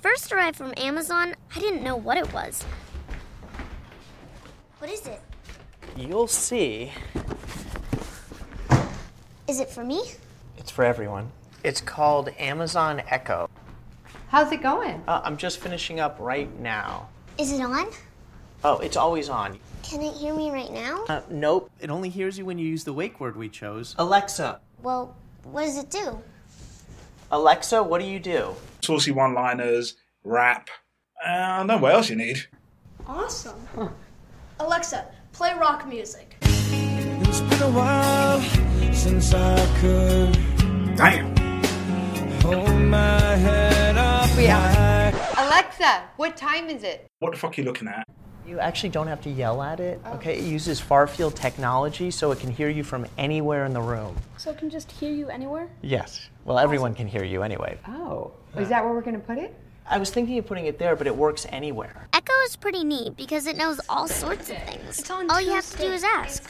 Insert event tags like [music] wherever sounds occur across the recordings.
first arrived from Amazon, I didn't know what it was. What is it? You'll see. Is it for me? It's for everyone. It's called Amazon Echo. How's it going? Uh, I'm just finishing up right now. Is it on? Oh, it's always on. Can it hear me right now? Uh, nope. It only hears you when you use the wake word we chose. Alexa. Well, what does it do? Alexa, what do you do? Saucy one liners, rap. Uh, I don't know what else you need. Awesome. Alexa, play rock music. It's been a while since I could Damn. hold my head up high. Alexa, what time is it? What the fuck are you looking at? You actually don't have to yell at it. Okay, it uses far field technology so it can hear you from anywhere in the room. So it can just hear you anywhere? Yes. Well, everyone can hear you anyway. Oh, is that where we're going to put it? I was thinking of putting it there, but it works anywhere. Echo is pretty neat because it knows all sorts of things. It's on all you have to do is ask.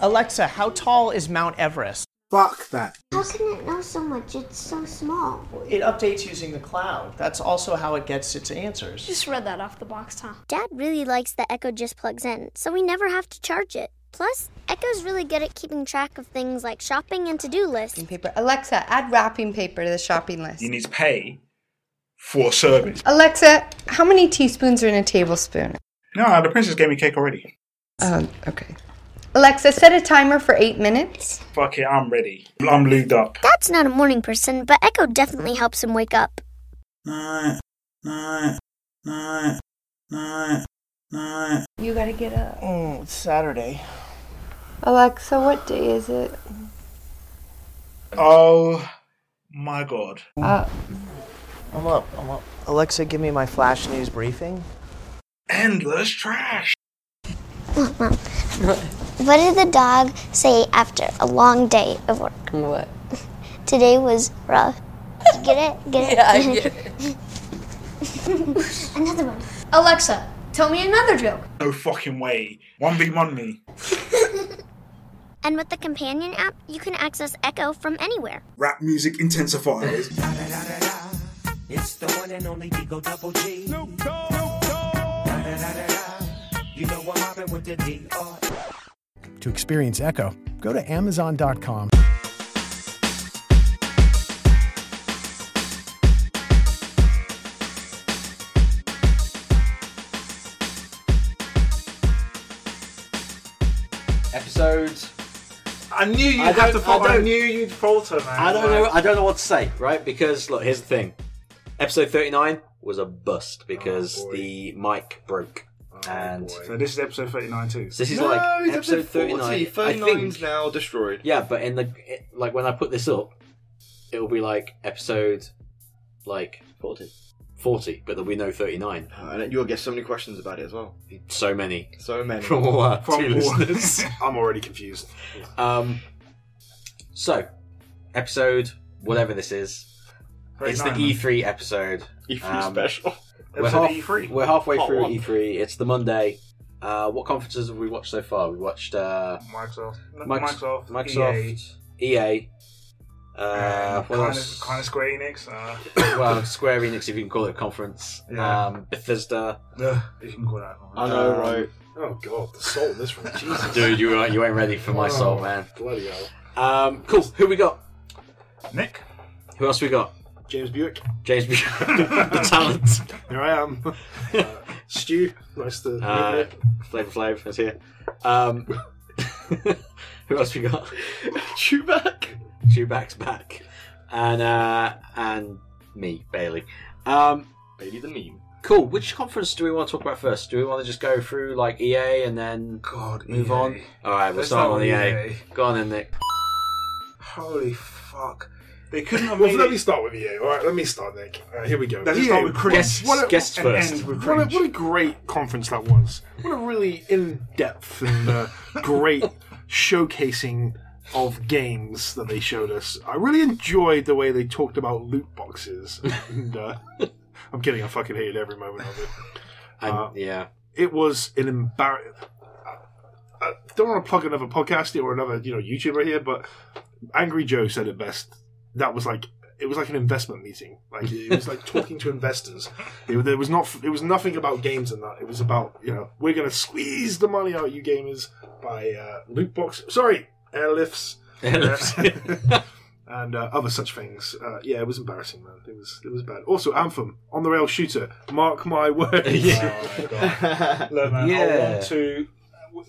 Alexa, how tall is Mount Everest? Fuck that. How can it know so much? It's so small. It updates using the cloud. That's also how it gets its answers. Just read that off the box, huh? Dad really likes that Echo just plugs in, so we never have to charge it. Plus, Echo's really good at keeping track of things like shopping and to do lists. Paper. Alexa, add wrapping paper to the shopping list. You need to pay for service. Alexa, how many teaspoons are in a tablespoon? No, the princess gave me cake already. Um, okay. Alexa, set a timer for eight minutes. Fuck it, I'm ready. I'm lubed up. Dad's not a morning person, but Echo definitely helps him wake up. Night, night, night, night, night. You gotta get up. Mm, it's Saturday. Alexa, what day is it? Oh my god. Uh, I'm up. I'm up. Alexa, give me my flash news briefing. Endless trash. Look, Mom. what did the dog say after a long day of work? what? [laughs] Today was rough. You get it? Get it? [laughs] [laughs] Yeah, I get it. Another one. Alexa, tell me another joke. No fucking way. 1v1 me. And with the companion app, you can access Echo from anywhere. Rap music intensifies. It's the one and only Digo Double G. You know what happened with the DR. To experience Echo, go to Amazon.com. Episode. I knew you'd I have to don't- I falter. I, don't- knew you'd falter, man. I don't know. I don't know what to say, right? Because look, here's the thing. Episode 39 was a bust because Oh, boy. Oh, the mic broke, and So this is episode 39 too. so this is no, like it's episode, 39. 40. 39's I think. now destroyed. Yeah, but in the it, like when I put this up, it will be like episode like 40. 40, but there'll be no 39. Oh, and you'll get so many questions about it as well. So many [laughs] So [laughs] many. from all our From two all- listeners. I'm already confused. Um, so, episode whatever this is, it's the 39, E E3 episode. E3 Um, special. We're, Episode E half- E3. we're halfway Part through one. E3. It's the Monday. Uh, what conferences have we watched so far? We watched uh, Microsoft. Mics- Microsoft. E EA, Microsoft, EA. Uh, what kind, else? of, kind of Square Enix. Uh, well, Square Enix, if you can call it a conference. Yeah. Um, Bethesda. ugh, if you can call that. I know, Um, right? Oh god, the soul in [laughs] this room. Jesus. Dude, you weren't, you ain't ready for my soul, Oh, man. Bloody hell. Um, cool. Who we got? Nick. Who else we got? James Buick. James, [laughs] the talent. Here I [laughs] am. Uh, Stu. Nice to meet Uh, Flavor Flav is here. Um, [laughs] who else we got? you. Chewback. Chewbacca's back, and uh, and me, Bailey. Um, Baby the meme. cool. Which conference do we want to talk about first? Do we want to just go through like EA and then God, move EA. on? All right, we're Let's start starting E on with EA. EA. Go on then, Nick. Holy fuck. They couldn't have Well, made let me it. start with EA. All right, let me start, Nick. Uh, here we go. Let's EA, start with cringe. Guess- guests and first. End with What a, cringe. what a great conference that was. What a really in depth and uh, great showcasing of games that they showed us. I really enjoyed the way they talked about loot boxes. And, uh, [laughs] I'm kidding, I fucking hated every moment of it. And, Uh, yeah, It was an embarrassing. I don't want to plug another podcast or another you know YouTuber here, but Angry Joe said it best. That was like it was like an investment meeting. Like it was like talking to investors. It, there was not. It was nothing about games and that. It was about you know we're gonna squeeze the money out of you gamers by uh, loot box. Sorry, airlifts, Airlifts. [laughs] and uh, other such things. Uh, yeah, it was embarrassing, man. It was it was bad. Also, Anthem on the rail shooter. Mark my [laughs] words. Yeah. Oh my God. Look, man, I Yeah. want to.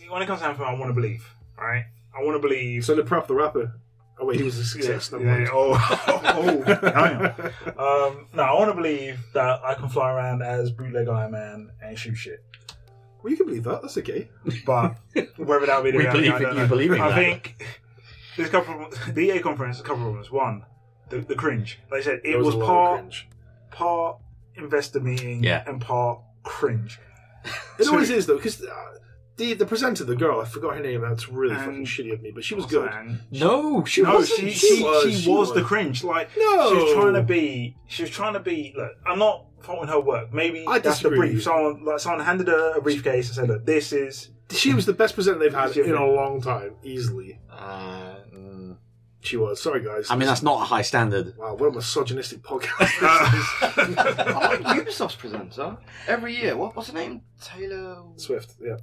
When it comes down to I want to believe, right? I want to believe. So the prep the rapper. Oh wait, he was a [laughs] success. Yeah, never mind. yeah, oh, [laughs] oh, damn. Um, no, I want to believe that I can fly around as bootleg Iron Man and shoot shit. Well, you can believe that. That's okay. But [laughs] whether that be the We reality, believe I in don't you know. believing I that. think [laughs] there's a couple of, the EA conference. A couple of problems. One, the, the cringe. Like I said, it There was, a lot of part cringe. part investor meeting Yeah. and part cringe. It always is though, because uh, the the presenter, the girl, I forgot her name. That's really fucking And- shitty of me, but she was What's good. her name? [laughs] No, she no, wasn't. she she, She she, was, was, she the was. cringe. Like No. she was trying to be. She was trying to be. Look, I'm not faulting her work. Maybe I that's the disagree with you. brief. Someone like someone handed her a briefcase and said, "Look, this is." She was the best presenter they've had She was in a good. long time, easily. Uh, mm. She was. Sorry, guys. I mean, that's not a high standard. wow. What a [laughs] misogynistic podcast this is. I'm a Ubisoft presenter every year. What, what's her name? Taylor. Swift. Yeah.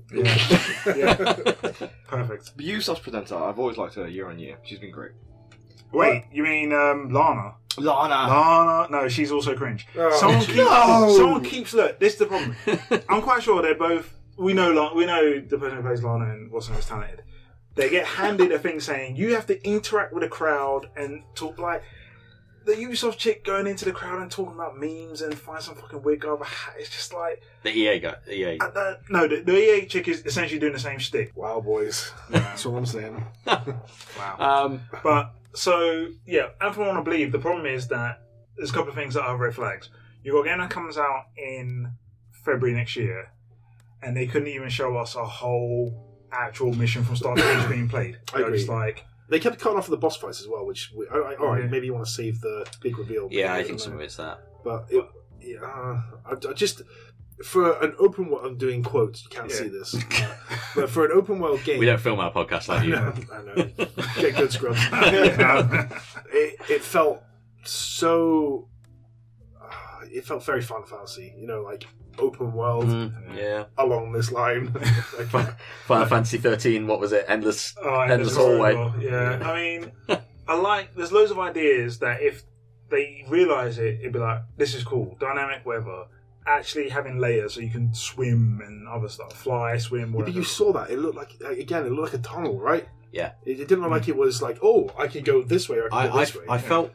Perfect. The Ubisoft presenter. I've always liked her year on year. She's been great. Wait, you mean um, Lana? Lana. Lana? No, she's also cringe. Oh. someone keeps. No. Someone keeps. Look, this is the problem. I'm quite sure they're both. We know. Lana, we know the person who plays Lana and what's most talented. They get handed a thing saying you have to interact with a crowd and talk like the Ubisoft chick going into the crowd and talking about memes and find some fucking weird guy with a hat. It's just like The EA guy. the E EA. uh, uh, no, the, the EA chick is essentially doing the same shtick. Wow, boys. That's all I'm saying. Um, But so yeah, everyone want to believe. The problem is that there's a couple of things that are red flags. You got a game that comes out in February next year, and they couldn't even show us a whole actual mission from start to finish being played. [coughs] I agree. It's like They kept cutting off the boss fights as well, which we, all right, all right, Yeah. maybe you want to save the big reveal. yeah, Maybe, I don't think some know. of it's that. But it, yeah, I, I just for an open world. I'm doing quotes. You can't Yeah. see this, Uh, but for an open world [laughs] game, We don't [laughs] film our podcast like I you. know, I know. Get good scrubs. [laughs] Um, it, it felt so. uh, It felt very Final Fantasy, you know, like open world Mm, yeah. along this line. [laughs] Like, Final Fantasy 13, what was it? Endless. oh, it Endless doesn't hallway. work well. Yeah, I [laughs] mean, I like. There's loads of ideas that if they realise it, it'd be like, this is cool. Dynamic weather. Actually, having layers so you can swim and other stuff, fly, swim, Yeah, whatever. but you saw that. It looked like like, again. It looked like a tunnel, right? Yeah. Mm. It, it didn't look like it was like, oh, I could go this way or I could I, go I, this way. I felt.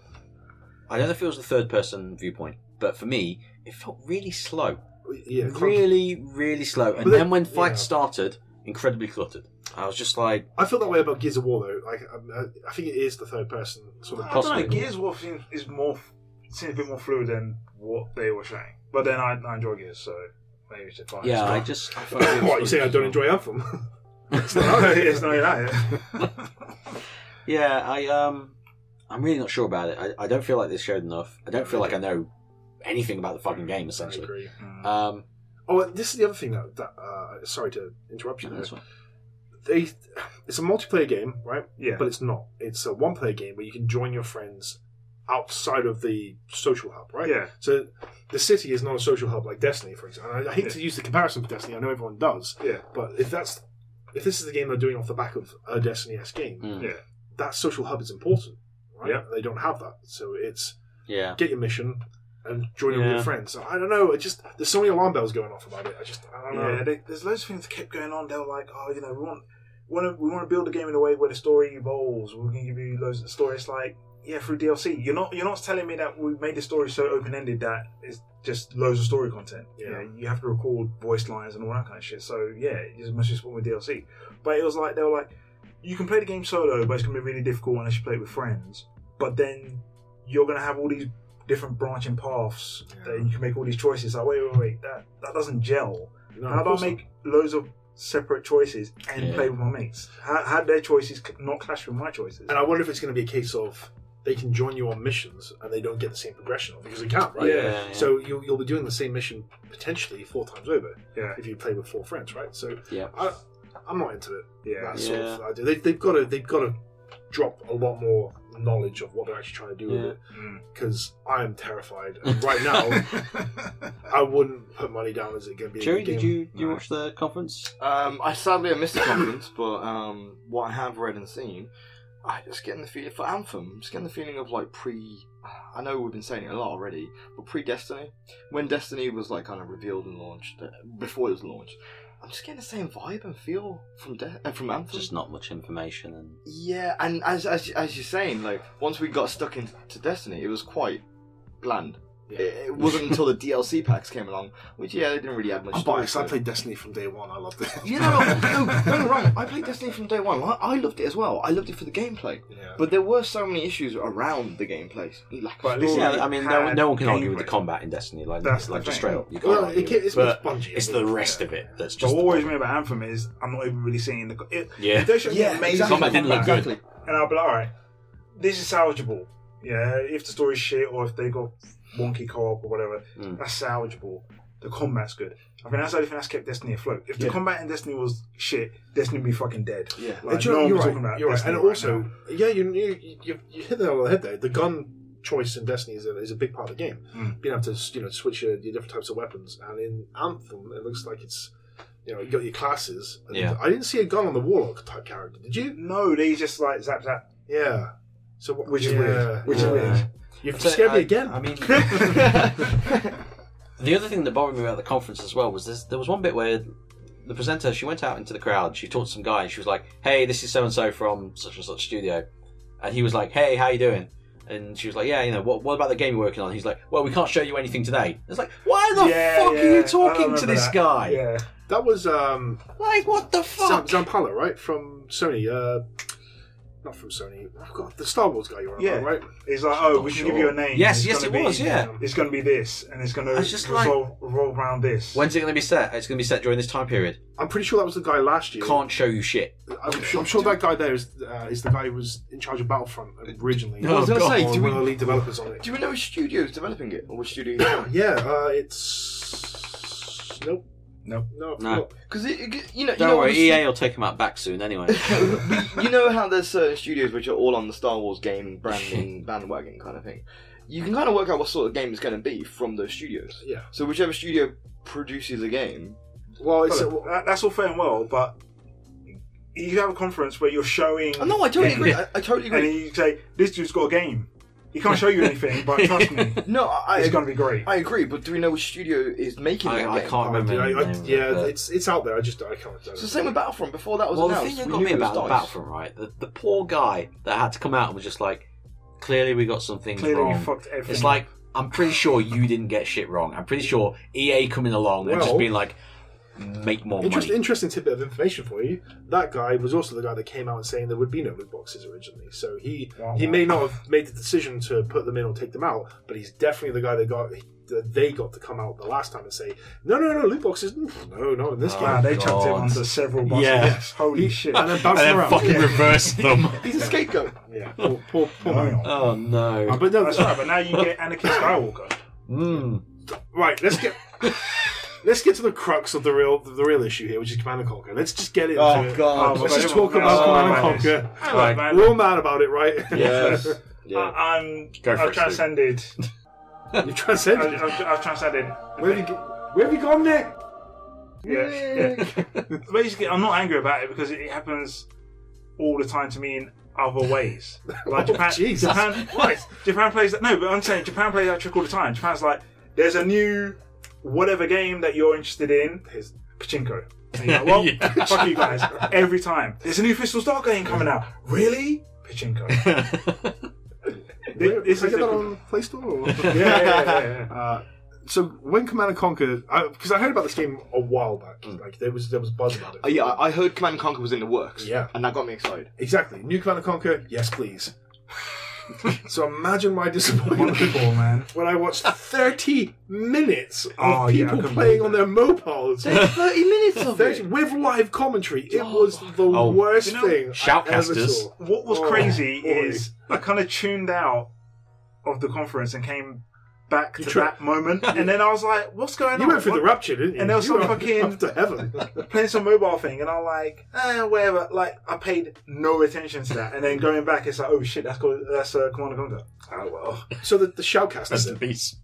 I don't know if it was the third person viewpoint, but for me, it felt really slow. yeah, clunky. really, really slow. And But then when then- fights yeah. started, incredibly cluttered. I was just like, I feel that way about Gears of War though. Like, um, I- I think it is the third person sort of. I don't know. Possibly. Gears of War seems is more seems a bit more fluid than what they were showing. But then I, I enjoy Gears, so maybe it's fine. yeah, I it's just. I felt really [laughs] [coughs] what you say? I don't slow. enjoy Anthem. not, [laughs] it's not that. Yeah, I um, I'm really not sure about it. I, I don't feel like this showed enough. I don't feel like I know anything about the fucking game I essentially. agree. Um, [laughs] Oh, and this is the other thing that. that uh, sorry to interrupt you. no, there. that's fine. They, it's a multiplayer game, right? Yeah. But it's not. It's a one-player game where you can join your friends outside of the social hub, right? Yeah. So the city is not a social hub like Destiny, for example. And I, I hate to use the comparison with Destiny. I know everyone does, Yeah. but if that's if this is the game they're doing off the back of a Destiny S game, Mm. Yeah. that social hub is important. Right? Yeah. They don't have that, so it's yeah, get your mission and join in with your Yeah. friends. I don't know. It just there's so many alarm bells going off about it. I just I don't know. Yeah, they, there's loads of things that kept going on. They were like, oh, you know, we want, want to, we want to build a game in a way where the story evolves. We can give you loads of story. It's like, yeah, through DLC. You're not, you're not telling me that we made the story so open ended that it's just loads of story content. You know, you have to record voice lines and all that kind of shit. So yeah, you just must just want with DLC. But it was like they were like, you can play the game solo, but it's gonna be really difficult unless you play it with friends. But then you're gonna have all these different branching paths that you can make all these choices. Like wait, wait, wait, that that doesn't gel. No, How do I of course make loads of separate choices and Yeah. play with my mates? How, how do their choices c- not clash with my choices? And I wonder if it's going to be a case of they can join you on missions and they don't get the same progression because they can't, right? Yeah, yeah. So you'll, you'll be doing the same mission potentially four times over yeah, if you play with four friends, right? So yeah. I, I'm not into it. yeah. That sort Yeah. of idea. They, they've got to they've got to drop a lot more knowledge of what they're actually trying to do with Yeah. it. Mm. Because I am terrified. And right now, [laughs] I wouldn't put money down as it going to be. a Cherry, good did game. you did you watch the conference? Um, I sadly I missed the conference, but um, what I have read and seen, I just getting the feeling for Anthem. I'm just getting the feeling of like pre. I know we've been saying it a lot already, but pre Destiny, when Destiny was like kind of revealed and launched uh, before it was launched, I'm just getting the same vibe and feel from De- uh, from Anthem. Just not much information and Yeah, and as as as you're saying, like once we got stuck into Destiny, it was quite bland. It, it wasn't until the DLC packs came along, which yeah, they didn't really add much. I'm story biased. to I it. played Destiny from day one. I loved it. You know, [laughs] no, no, right. I played Destiny from day one. I, I loved it as well. I loved it for the gameplay. Yeah. But there were so many issues around the gameplay. Lack of story. yeah, I mean, no, no one can argue with the combat in Destiny. Like, That's the like just thing. straight up, you can't Well, argue. it can- it's but Bungie, it's the rest of it that's But just. what worries me about Anthem is I'm not even really seeing the. co- It, Yeah. if They showed me Yeah, amazing exactly. Combat didn't look good. And I'll be like, all right, this is salvageable. Yeah, if the story's shit or if they got wonky co-op or whatever, Hmm. that's salvageable. The combat's good. I mean, that's the only thing that's kept Destiny afloat. If the Yeah. combat in Destiny was shit, Destiny would be fucking dead. Yeah, like, you're, no one you're was right. talking about you're right. Destiny And right also, now. yeah, you, you you you hit the nail on the head there. The gun choice in Destiny is a, is a big part of the game. Mm. Being able to you know switch your, your different types of weapons, and in Anthem, it looks like it's you know you got your classes. And Yeah. I didn't see a gun on the warlock type character. Did you? no, they just like zap zap, Yeah. So what, which is yeah. weird. Which Yeah. is weird. You've So, scared I- me again. I mean- The other thing that bothered me about the conference as well was this, there was one bit where the presenter she went out into the crowd, she talked to some guy, and she was like, "Hey, this is so and so from such and such studio," and he was like, "Hey, how you doing?" And she was like, "Yeah, you know, what, what about the game you're working on?" He's like, "Well, we can't show you anything today." It's like, why the Yeah, fuck yeah, are I you talking remember to this that. guy? Yeah. That was um Like, what the Zam- fuck? Zampala, right? From Sony. Uh, not from Sony. Oh god, the Star Wars guy you're on Yeah. about, right? It's like, oh, we should give you a name. Yes, It's yes, gonna it was, yeah. It's going to be this, and it's going to It's just revolve, like- revolve around this. When's it going to be set? It's going to be set during this time period. I'm pretty sure that was the guy last year. Can't show you shit. I'm sure, I'm sure that guy there is uh, is the guy who was in charge of Battlefront originally. I was gonna say, Or do one we- of the lead developers on it. Do we know which studio is developing it or which [coughs] studio? Yeah, uh, it's nope, No. no, I No. forgot. Because it, it- you know, you Don't know, worry, obviously- EA will take him out back soon anyway. [laughs] you know how there's certain studios which are all on the Star Wars gaming branding bandwagon kind of thing. You can kind of work out what sort of game it's going to be from those studios. Yeah. So whichever studio produces a game, Well, it's uh, Look, that- that's all fair and well, but you have a conference where you're showing. oh, no, I [laughs] totally agree. I, I totally And agree. then you say, this dude's got a game. He [laughs] can't show you anything, but trust me, No, I, I it's agree. going to be great. I agree, but do we know which studio is making I, that I game? can't I, remember. I, the name of it, yeah, but- it's it's out there. I just I can't. I don't It's the same with Battlefront. Before that was well, announced, the we thing that got knew me it was about the DICE. Battlefront, right? The, the poor guy that had to come out and was just like, clearly we got some things Clearly we wrong. fucked everything It's up. like, I'm pretty sure you didn't get shit wrong. I'm pretty sure EA coming along and just Well- being like, make more Interest, money. interesting tidbit of information for you. That guy was also the guy that came out and saying there would be no loot boxes originally. So he he may not have made the decision to put them in or take them out, but he's definitely the guy that got that they got to come out the last time and say no, no, no loot boxes. Mm, No, not in this Oh, Wow, game. they chucked him God. onto several buses. Yeah. Holy shit. And then bouncing around. Yeah. reverse them. He's a scapegoat. Yeah, poor, poor, poor man. oh, no. But no, Uh, That's right, but now you get Anakin [laughs] Skywalker. Mm. right. Let's get let's get to the crux of the real the real issue here, which is Command and Conquer. Let's just get into Oh, it. God. let's Oh, just my talk God. about Oh, my Command days. [laughs] and Conquer. I love that. We're all mad about it, right? Yes. [laughs] yeah. I, I'm. Go for Uh, um, I've it, Steve. [laughs] transcended. [laughs] you I, transcended. I've, I've transcended. Where have you, go- where have you gone, Nick? Yeah. yeah. Basically, I'm not angry about it because it, it happens all the time to me in other [laughs] ways. Like Oh, Japan, Jesus Japan, right, Japan plays that. No, but I'm saying Japan plays that trick all the time. Japan's like, there's a new whatever game that you're interested in. Here's pachinko. And you're like, [laughs] well, fuck you guys. Every time there's a new Crystal Star game coming out. Really, pachinko. Th- [laughs] Where- this can I is get the- that on Play Store? [laughs] Or? yeah, yeah, yeah, yeah. [laughs] Uh, so when Command and Conquer, because I, heard about this game a while back, like there was there was buzz about it. Uh, Mm. yeah, I I heard Command and Conquer was in the works. Yeah. and that got me excited. exactly. New Command and Conquer, yes, [laughs] please. so imagine my disappointment Wonderful, man. when I watched thirty minutes of Oh, yeah, I people couldn't playing believe on their mobiles. Thirty minutes of 30, it. Oh. with live commentary, it was the worst Oh. You know, thing I ever shoutcasters. saw. What was Oh, crazy boy. is I kind of tuned out of the conference and came back to You tri- that [laughs] moment, and then I was like, "What's going You on?" went through What- the rapture, didn't you? And there was You some were fucking [laughs] up [laughs] to heaven. playing some mobile thing, and I'm like, eh, whatever. Like I paid no attention to that, and then going back, it's like, oh shit, that's called that's uh, Commander Conquer. Oh well. So the, the shoutcast. Rest [laughs] in peace.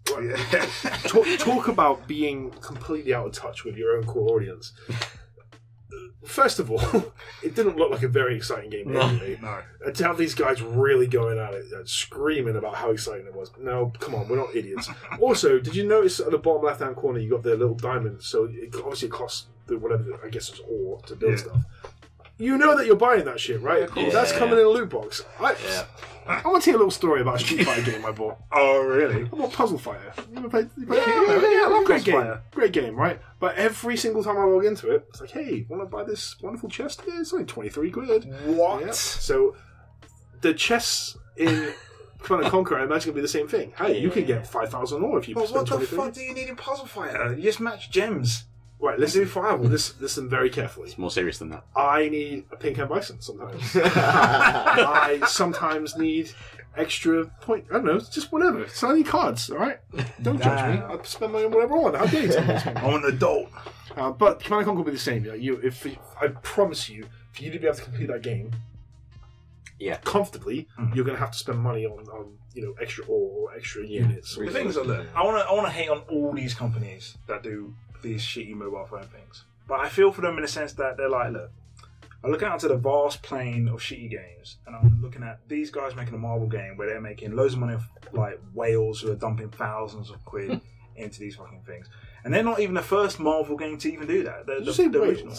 talk, talk about being completely out of touch with your own core audience. First of all, [laughs] it didn't look like a very exciting game. No. anyway. And to have these guys really going at it, and screaming about how exciting it was. No, come on, we're [laughs] not idiots. also, did you notice at the bottom left hand corner you got the little diamond? So it obviously it costs the whatever I guess it's ore to build Yeah. stuff. You know that you're buying that shit, right? course. That's Yeah. coming in a loot box. I, I want to hear a little story about a Street Fighter game I bought. Oh, really? I bought Puzzle Fighter. You ever played? You played Yeah, yeah, yeah, yeah, I love great Puzzle game, Fighter. great game, right? But every single time I log into it, it's like, hey, want to buy this wonderful chest? Yeah, it's only twenty three quid. What? Yeah. So the chests in [laughs] Command and Conquer, I imagine, will be the same thing. Hey, you can get five thousand more if you But what spend the twenty three. fuck do you need in Puzzle Fighter? You just match gems. Right, let's do firewall. This listen very carefully. It's more serious than that. I need a pink hand bison [laughs] sometimes. I sometimes need extra point. I don't know, just whatever. So I need cards. All right, don't judge me. I spend my own whatever I want. How dare you tell me what's going on? I'm an adult. Uh, but Command and Conquer will be the same. Like you, if I promise you, for you to be able to complete that game, Yeah. comfortably, Mm-hmm. you're going to have to spend money on, on you know extra ore or extra units. The thing is, look, I want to I want to hate on all these companies that do these shitty mobile phone things, but I feel for them in the sense that they're like, look, I look out into the vast plain of shitty games, and I'm looking at these guys making a Marvel game where they're making loads of money off like whales who are dumping thousands of [laughs] quid into these fucking things, and they're not even the first Marvel game to even do that. They're Did the, you say the Wales? original.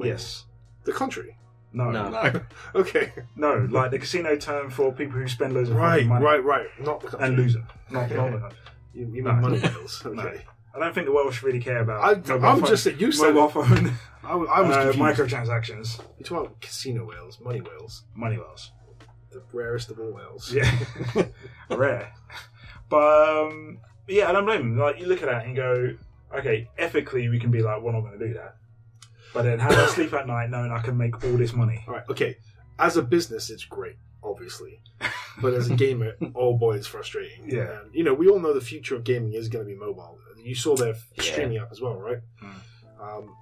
Yes. the country. No. No. okay. No, like the casino term for people who spend loads of Right, fucking money right, right. Not the country. and lose it. Not, [laughs] not the You, you mean No. money whales? [laughs] Okay. I don't think the Welsh really care about. I, mobile I'm phone- just that you said mobile phone. I, w- I was uh, confused. microtransactions, You're talking about casino whales, money whales, money [laughs] wells. the rarest of all whales. Yeah, [laughs] rare. But um, yeah, I don't blame them. Like you look at that and go, okay, ethically we can be like, we're not going to do that. But then how do [coughs] I sleep at night knowing I can make all this money? All right. Okay. As a business, it's great, obviously, but [laughs] as a gamer, oh boy, it's frustrating. Yeah. And, you know, we all know the future of gaming is going to be mobile. You saw their f- Yeah. streaming app as well, right? Mm. Um,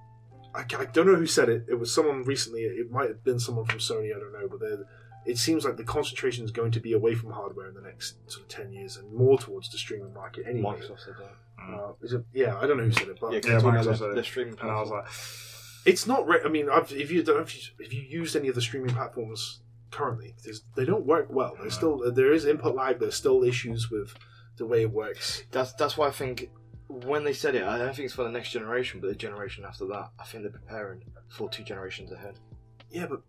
I, ca- I don't know who said it. It was someone recently. It might have been someone from Sony. I don't know, but they're- it seems like the concentration is going to be away from hardware in the next sort of ten years and more towards the streaming market. Anyway. Microsoft said that. Uh, is it, yeah, I don't know who said it, but Yeah, 'cause Yeah, it's all Microsoft their- said it. their streaming And I was platform. like, It's not. Re- I mean, I've, if you don't, if you, if you used any of the streaming platforms currently, there's- they don't work well. There's still there is input lag. There's still issues with the way it works. That's that's why I think when they said it, I don't think it's for the next generation, but the generation after that. I think they're preparing for two generations ahead. Yeah, but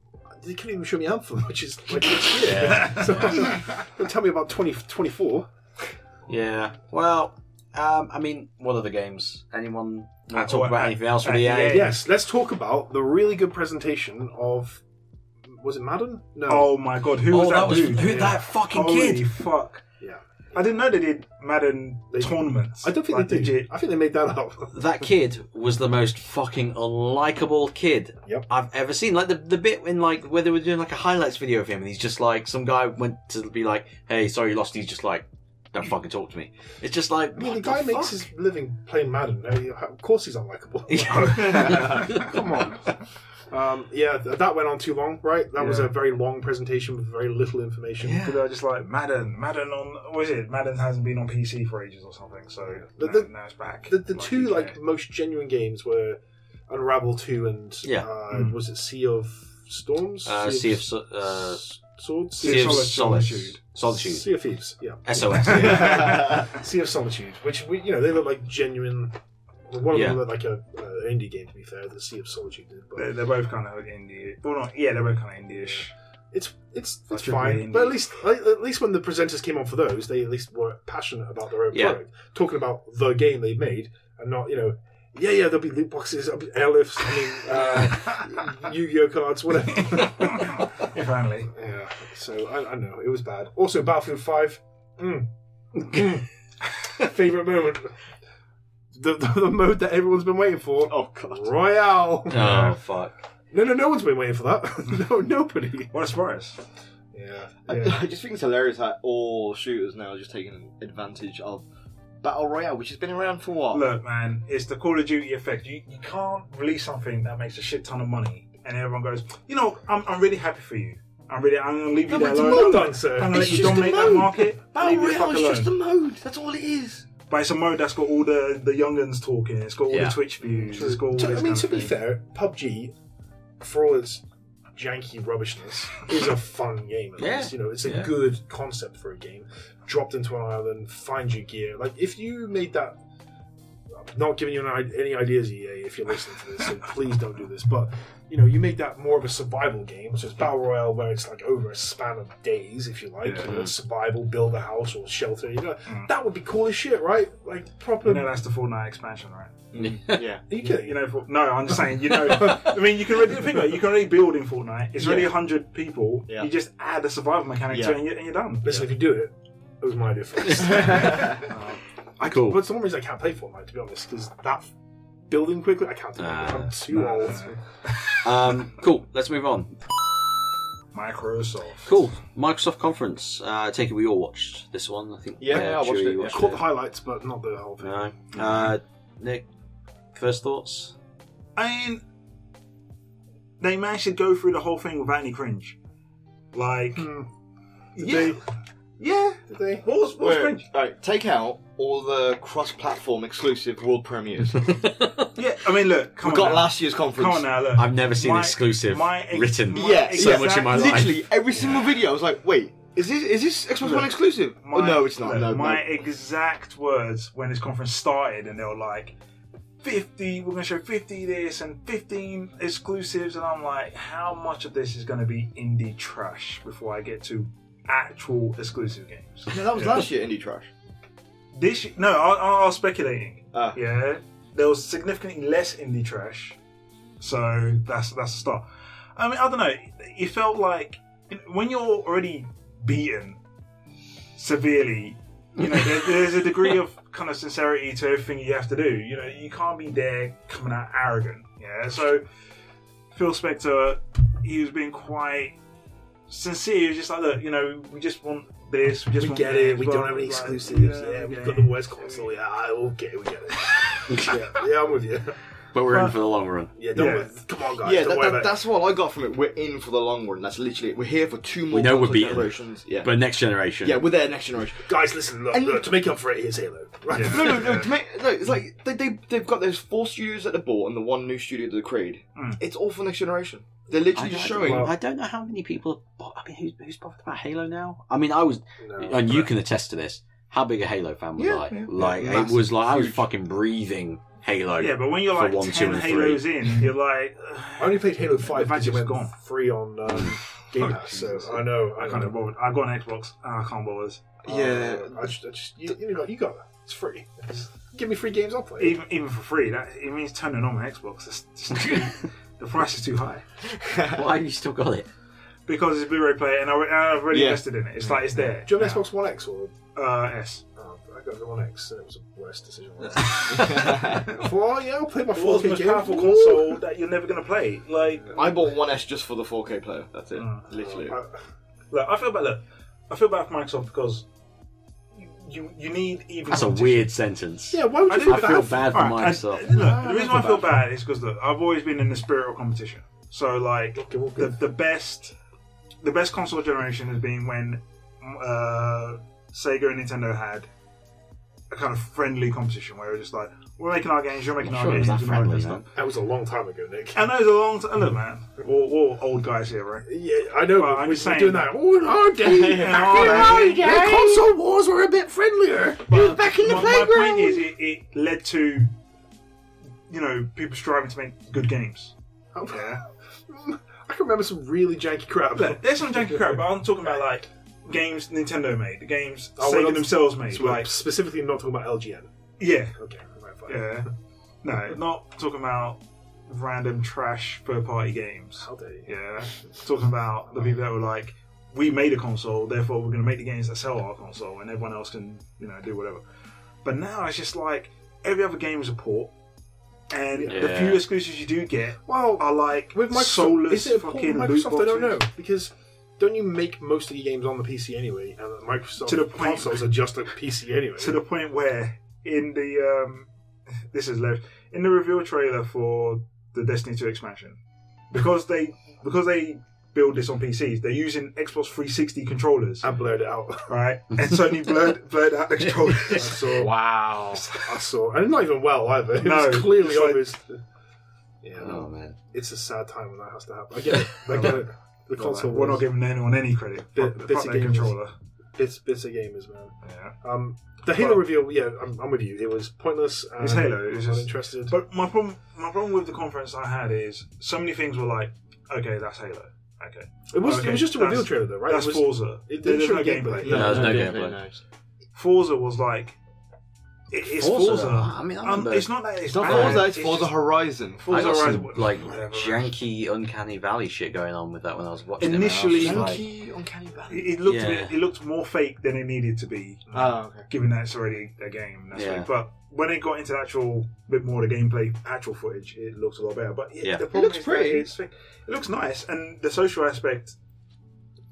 they couldn't even show me Anthem, [laughs] which is like next year. So, don't tell me about 20, 24. Yeah. Well, um, I mean, what other games? Anyone want Uh, to talk oh, about uh, anything else uh, from E EA? EA. Yes, let's talk about the really good presentation of was it Madden? No. oh my god, who was Oh, that, that was- dude? who- that fucking Holy kid. Fuck. Yeah. I didn't know they did Madden They- tournaments. I don't think Like, they did. legit. I think they made that up. [laughs] That kid was the most fucking unlikable kid Yep. I've ever seen. Like the, the bit in like where they were doing like a highlights video of him, and he's just like some guy went to be like, "Hey, sorry, you lost." He's just like, "Don't fucking talk to me." It's just like I mean, what the guy fuck? makes his living playing Madden. I mean, of course, [laughs] he's unlikable. [laughs] Yeah. Come on. Um, yeah, th- that went on too long, right? That was Yeah. a very long presentation with very little information. Yeah. People are just like Madden. Madden on what is it? Madden hasn't been on PC for ages or something. So The- now, the- now it's back. The, the two UK. like most genuine games were Unravel Two and Yeah. uh, Mm. was it Sea of Storms? Uh, sea of so- uh, S- Swords. Sea Sea of of Solitude. Solitude. Solitude. Sea of Thieves. Yeah. SOS. [laughs] sea of Solitude, which we, you know they look like genuine. well, One of Yeah. them looked like a uh, indie game, to be fair. The Sea of Solitude did, but [laughs] They're, they're both kind of indie. Well, not yeah, they're both kind of indie-ish. it's it's Like it's triple fine. A But at indie. least at at least when the presenters came on for those, they at least were passionate about their own Yeah. product, talking about the game they made, and not you know, yeah, yeah, there'll be loot boxes, there'll be airlifts, I mean, uh, Yu-Gi-Oh cards, whatever. if only. yeah. So I, I know it was bad. Also, Battlefield Five, mm, [laughs] mm. favorite moment. The, the, the mode that everyone's been waiting for. Oh god. Royale. Oh fuck. No, no, no one's been waiting for that. [laughs] [laughs] no, nobody. What a surprise! Yeah. I, yeah. I just think it's hilarious how all shooters now are just taking advantage of battle royale, which has been around for what? Look, man, it's the Call of Duty effect. You, you can't release something that makes a shit ton of money, and everyone goes, you know, I'm, I'm really happy for you. I'm really, I'm gonna leave you No, there but it's a alone. mode, I'm gonna- sir. I'm gonna It's let you just a dominate that mode. market. Battle Leave me the royale fuck is just a alone. mode. That's all it is. But it's a mode that's got all the the younguns talking. It's got all Yeah. the Twitch views. It's got all To- this I mean, kind to of be thing. fair, PUBG, for all its janky rubbishness, is a fun game. At Yeah. least. You know, it's a Yeah. good concept for a game. Dropped into an island, find your gear. Like, if you made that. I'm not giving you an, i- any ideas, EA, if you're listening to [laughs] this, so please don't do this. But, you know, you make that more of a survival game. So it's Battle Royale where it's like over a span of days, if you like. Yeah. Mm. You know, survival, build a house or shelter. You know, That would be cool as shit, right? Like, proper. You know, that's the Fortnite expansion, right? [laughs] yeah. Are you kidding? You know, for, no, I'm just saying. You [laughs] know, I mean, you can really think about it. You can really build in Fortnite. It's really Yeah. hundred people. Yeah. You just add a survival mechanic Yeah. to it, and you're, and you're done. Listen, if you do it, it was my idea first. [laughs] I cool. But for some reason, I can't play Fortnite to be honest, because that f- building quickly, I can't do it. I'm too old. Um, cool. Let's move on. Microsoft. Cool. Microsoft conference. Uh, I take it we all watched this one. I think. Yeah, I watched Chewie it. Caught the highlights, but not the whole thing. No. Uh, Nick, first thoughts? I mean, they managed to go through the whole thing without any cringe. Like, Hmm. yeah, yeah. What was, what was Wait, cringe? Right, take out all the cross-platform exclusive world premieres. yeah, I mean, look, come we on got now. last year's conference. Come on now, look. I've never seen My- exclusive my ex- written my yeah, so much in my life. Literally every single video, I was like, wait, is this is this Xbox One Look, exclusive? my- oh, no, it's not. look, no, my no. exact words when this conference started, and they were like, 50, we're going to show 50 this and 15 exclusives. And I'm like, how much of this is going to be indie trash before I get to actual exclusive games? [laughs] No, that was last year indie trash. This year- no, I, I, I was speculating. Yeah, there was significantly less indie trash, so that's that's a start. I mean, I don't know. It felt like when you're already beaten severely, you know, there, there's a degree of kind of sincerity to everything you have to do. You know, you can't be there coming out arrogant. Yeah, so Phil Spector, he was being quite sincere. He was just like, look, you know, we just want this. We just we want get this, it. We blah, don't have any blah, blah, exclusives. Yeah, yeah, we've yeah. got the worst console. Yeah, I- okay, we get it. yeah, yeah, I'm with you. But we're in But- for the long run. Yeah, don't worry. come on, guys. Yeah, don't that, worry that, about it. that's what I got from it. We're in for the long run. That's literally it. We're here for two more. We know we're console beaten, generations. Yeah, but next generation. Yeah, we're there next generation. Guys, listen. Look, And- look, to make up for it, here's Halo. Right. No, no, no, to make, no. It's like they, they they've got those four studios that they bought and the one new studio that they created. It's all for next generation. They're literally I just don't- showing. I don't know how many people. Have, I mean, who's, who's bothered about Halo now? I mean, I was, and you can attest to this. How big a Halo fan was Yeah, I? yeah. like Massive, it was like I was fucking breathing Halo. Yeah, but when you're for like one, two, ten and Halos three. in, you're like, I only played Halo Five because it went gone. free [sighs] on um, Game Pass, so I know. I can't bother. I got an Xbox. And I can't bother. Yeah, I just, I just you, you know, you got it. It's free. Just give me free games, I'll play. it. even even for free, that it means turning on my Xbox. It's just [laughs] too- the price is too high. Why have you still got it? Because it's a Blu-ray player, and I, re- I've already Yeah. invested in it. It's like it's there. Do you have an Xbox One X or? Uh, S. Oh, I got the One X, and it was the worst decision. [laughs] I thought, oh yeah, I'll play my World's 4K most game. powerful console that you're never going to play. Like I bought one S just for the 4K player. That's it. literally. Look, I feel bad. Look, I feel bad for Microsoft because you you, you need even. That's a competition. weird sentence. Yeah, why would I you feel feel bad for- bad for Alright, and- myself. Look, the reason why I feel bad is because look, I've always been in the spirit of competition. So like the, the best the best console generation has been when uh, Sega and Nintendo had a kind of friendly competition where it was just like we're making our games, you're making our games. and all that stuff. That was a long time ago, Nick. I know it's a long time. Look, man, we're, we're old guys here, right? [laughs] Yeah, I know. But I'm we're just saying doing that. Oh, in [laughs] our day, Yeah, back all in that. our day, console wars were a bit friendlier. [laughs] back in the my, my playground. point is, it, it led to you know people striving to make good games. Yeah. I can remember some really janky crap. Look, there's some janky crap, but I'm talking about like games Nintendo made, the games Oh, we're Sega not- themselves made. so we're like, specifically not talking about LGN. yeah, Okay, right, fine. yeah, no, not talking about random trash third-party games. How dare you? Yeah, talking about the people that were like, we made a console, therefore we're going to make the games that sell our console, and everyone else can, you know, do whatever. But now it's just like every other game is a port. And the Yeah. few exclusives you do get well, are like With Microsoft, soulless is it important fucking with loot Microsoft? I don't know boxes. because don't you make most of your games on the PC anyway, and the Microsoft To the point- consoles are just a PC anyway. to the point where in the um, [laughs] this is left in the reveal trailer for the Destiny 2 expansion because they because they build this on PCs. They're using Xbox 360 controllers. I blurred it [laughs] out. [laughs] Right, and Sony blurred blurred out the I controllers. saw. Wow. I saw. And not even well either. [laughs] It No, was clearly it's like- obvious. Yeah. Oh man. It's a sad time when that has to happen. I get it. I [laughs] get it. The [laughs] console. We're not wars. giving anyone any credit. The- Fuck- this fuck that game is- controller. It's it's a game, is man. Yeah. Um, the Halo Well- reveal, yeah, I'm, I'm with you. It was pointless. And It's Halo, it's I'm just- interested. But my problem, my problem with the conference I had is so many things were like, okay, that's Halo. Okay, it was okay, it was just a that's- reveal trailer, though, right? That's it was, Forza. It didn't There's show no gameplay. gameplay. No, there's no Yeah, gameplay. Forza was like, it, it's Forza? Forza. I mean, I um, remember- it's not that it's, It's not bad, Forza, it's it's Forza just- Horizon. I Forza got Horizon, some like whatever. janky, uncanny valley shit going on with that when I was watching Initially, it. and I was just like, Yankee, Uncanny Valley. It, it looked a Yeah. bit, it looked more fake than it needed to be, Oh, okay. given that it's already a game. That's Yeah. fake. But when it got into the actual bit more of the gameplay, actual footage, it looked a lot better. But Yeah. the It problem looks is pretty. That it's, fake. it looks nice, and the social aspect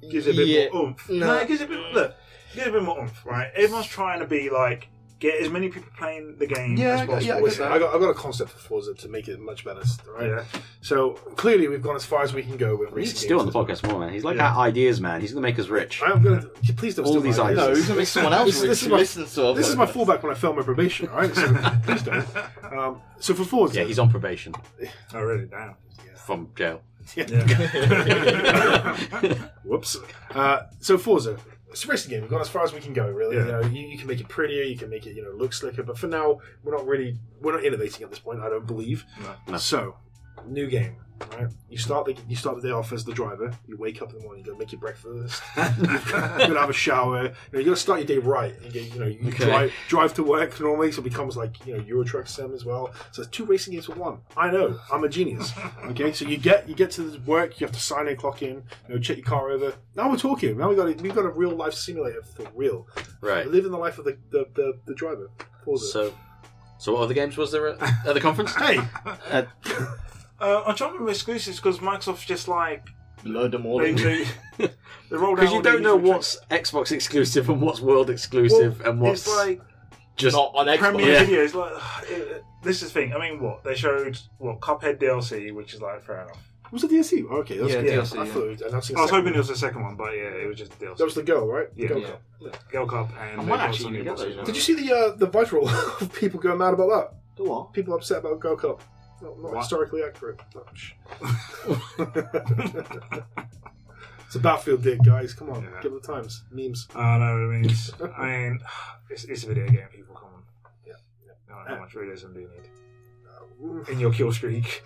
gives it a bit Yeah. more oomph. No. No. it gives it a bit. Look, it gives it a bit more oomph, right? Everyone's trying to be like get as many people playing the game Yeah, as I got, possible. yeah, I, What's get that. that? I got I got a concept for Forza to make it much better, right? Yeah. So clearly, we've gone as far as we can go with he's recent still on the games. podcast more, man. He's like Yeah. our ideas, man. He's gonna make us rich. I'm gonna please don't All steal these my ideas. No, he's gonna make someone else This- this rich is who my- listens to our This is my podcast. fallback when I fail my probation, all right? So please don't. Um, so for Forza, Yeah, he's on probation I wrote it down. from jail. [laughs] Whoops. Uh, so Forza, it's a racing game. We've gone as far as we can go, really. You Yeah. know, you, you can make it prettier, you can make it, you know, look slicker. But for now, we're not really we're not innovating at this point. I don't believe. No. So, new game. Right? You start the you start the day off as the driver. You wake up in the morning. You go make [laughs] your breakfast. [laughs] you're gonna have a shower. You know, you gotta start your day right. You, get- you know, you Okay. drive drive to work normally, so it becomes like you know Euro Truck Sim as well. So it's two racing games for one. I know, I'm [laughs] a genius. Okay, so you get you get to the work, you have to sign in, clock in, you know, check your car over. Now we're talking. Now we got a, we've got a real life simulator for real. Right. living the life of the the, the, the driver. Pause it. So, so what other games was there at, at the conference? hey, Uh, Uh, I'm trying to remember exclusives because Microsoft's just [laughs] like Load them all they, in. they, they rolled out. [laughs] Because you all their don't know usual what's Xbox exclusive and what's world tricks. Well, exclusive and what's it's like just [laughs] Not on Xbox. Premier Yeah. Video is like [sighs] ugh, it, it- this is the thing. I mean, what they showed what Cuphead DLC, which is like fair enough. was it DLC? Oh, okay, that's Yeah, good. DLC, I yeah. thought it was announcing. I was a second hoping it one. was the second one, but yeah, it was just DLC. that was the girl, right? The Yeah. girl Yeah. cup. Girl Cup and I they might got actually some new get bosses. those, you know. Did you see the uh, the viral [laughs] of people going mad about that? Do what? people upset about Go Cup. Not, not What? historically accurate. Oh, [laughs] sh- it's a battlefield dig, guys. Come on, Yeah. give it the times. [laughs] Memes. I know what it means. I mean, [sighs] it's, it's a video game, people. Come on. Yeah, I don't know how much realism do you need Mm, in your kill streak?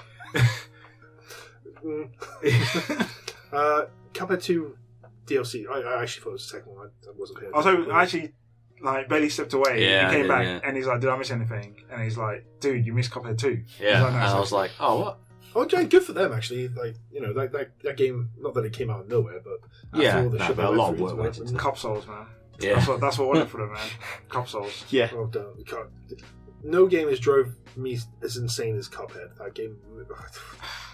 mm. uh, Cuphead 2 DLC. I, I actually thought it was the second one. I, I wasn't paying I was hoping, attention. I actually like barely stepped away. Yeah, I he came did, back yeah. and he's like, "Did I miss anything?" And he's like, "Dude, you missed Cuphead 2. yeah. I know, and I so- was like, oh, what? Oh, Jane, good for them, actually. Like, you know, that, that, that game, not that it came out of nowhere, but after Yeah, all the no, shit but they a went lot of through, work went it's like, into Cup Souls, man. That's Yeah. what that's what wanted for them, man. Cup Souls. Yeah. Well done. We can't- No game has drove me as insane as Cuphead. That game [sighs]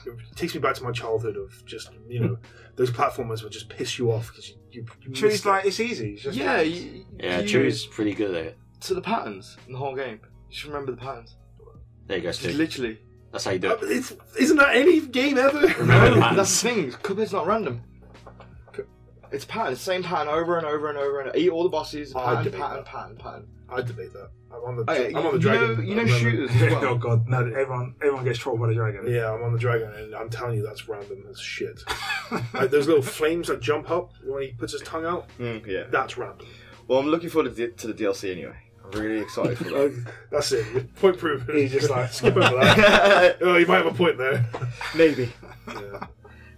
it takes me back to my childhood of just you know those platformers would just piss you off because you you, you Chewy's missed it. like, it's easy. It's just Yeah, you, Yeah, you- Chewie's pretty good at it. To the patterns in the whole game. Just remember the patterns. There you go, Just Stu. literally. That's how you do Uh, [laughs] it. it's, isn't that any game ever? Remember the [laughs] patterns. That's the thing. Cuphead's not random. Cu- It's pattern, same pattern over and over and over and eat all the bosses. I Pattern, debate pattern, that. pattern, pattern. I debate that. I'm on the Okay, I'm on the you dragon. know- you know at the moment. shooters. [laughs] oh god, no! Everyone, everyone gets trolled by the dragon. [laughs] [laughs] Yeah, I'm on the dragon, and I'm telling you that's random as shit. like those little flames that jump up when he puts his tongue out. Mm, yeah. That's random. Well, I'm looking forward to the, to the DLC anyway. I'm really excited for Like, that. that's it. Point proven. He's just like, [laughs] skip over that. [laughs] oh, you might have a point there. Maybe. Yeah.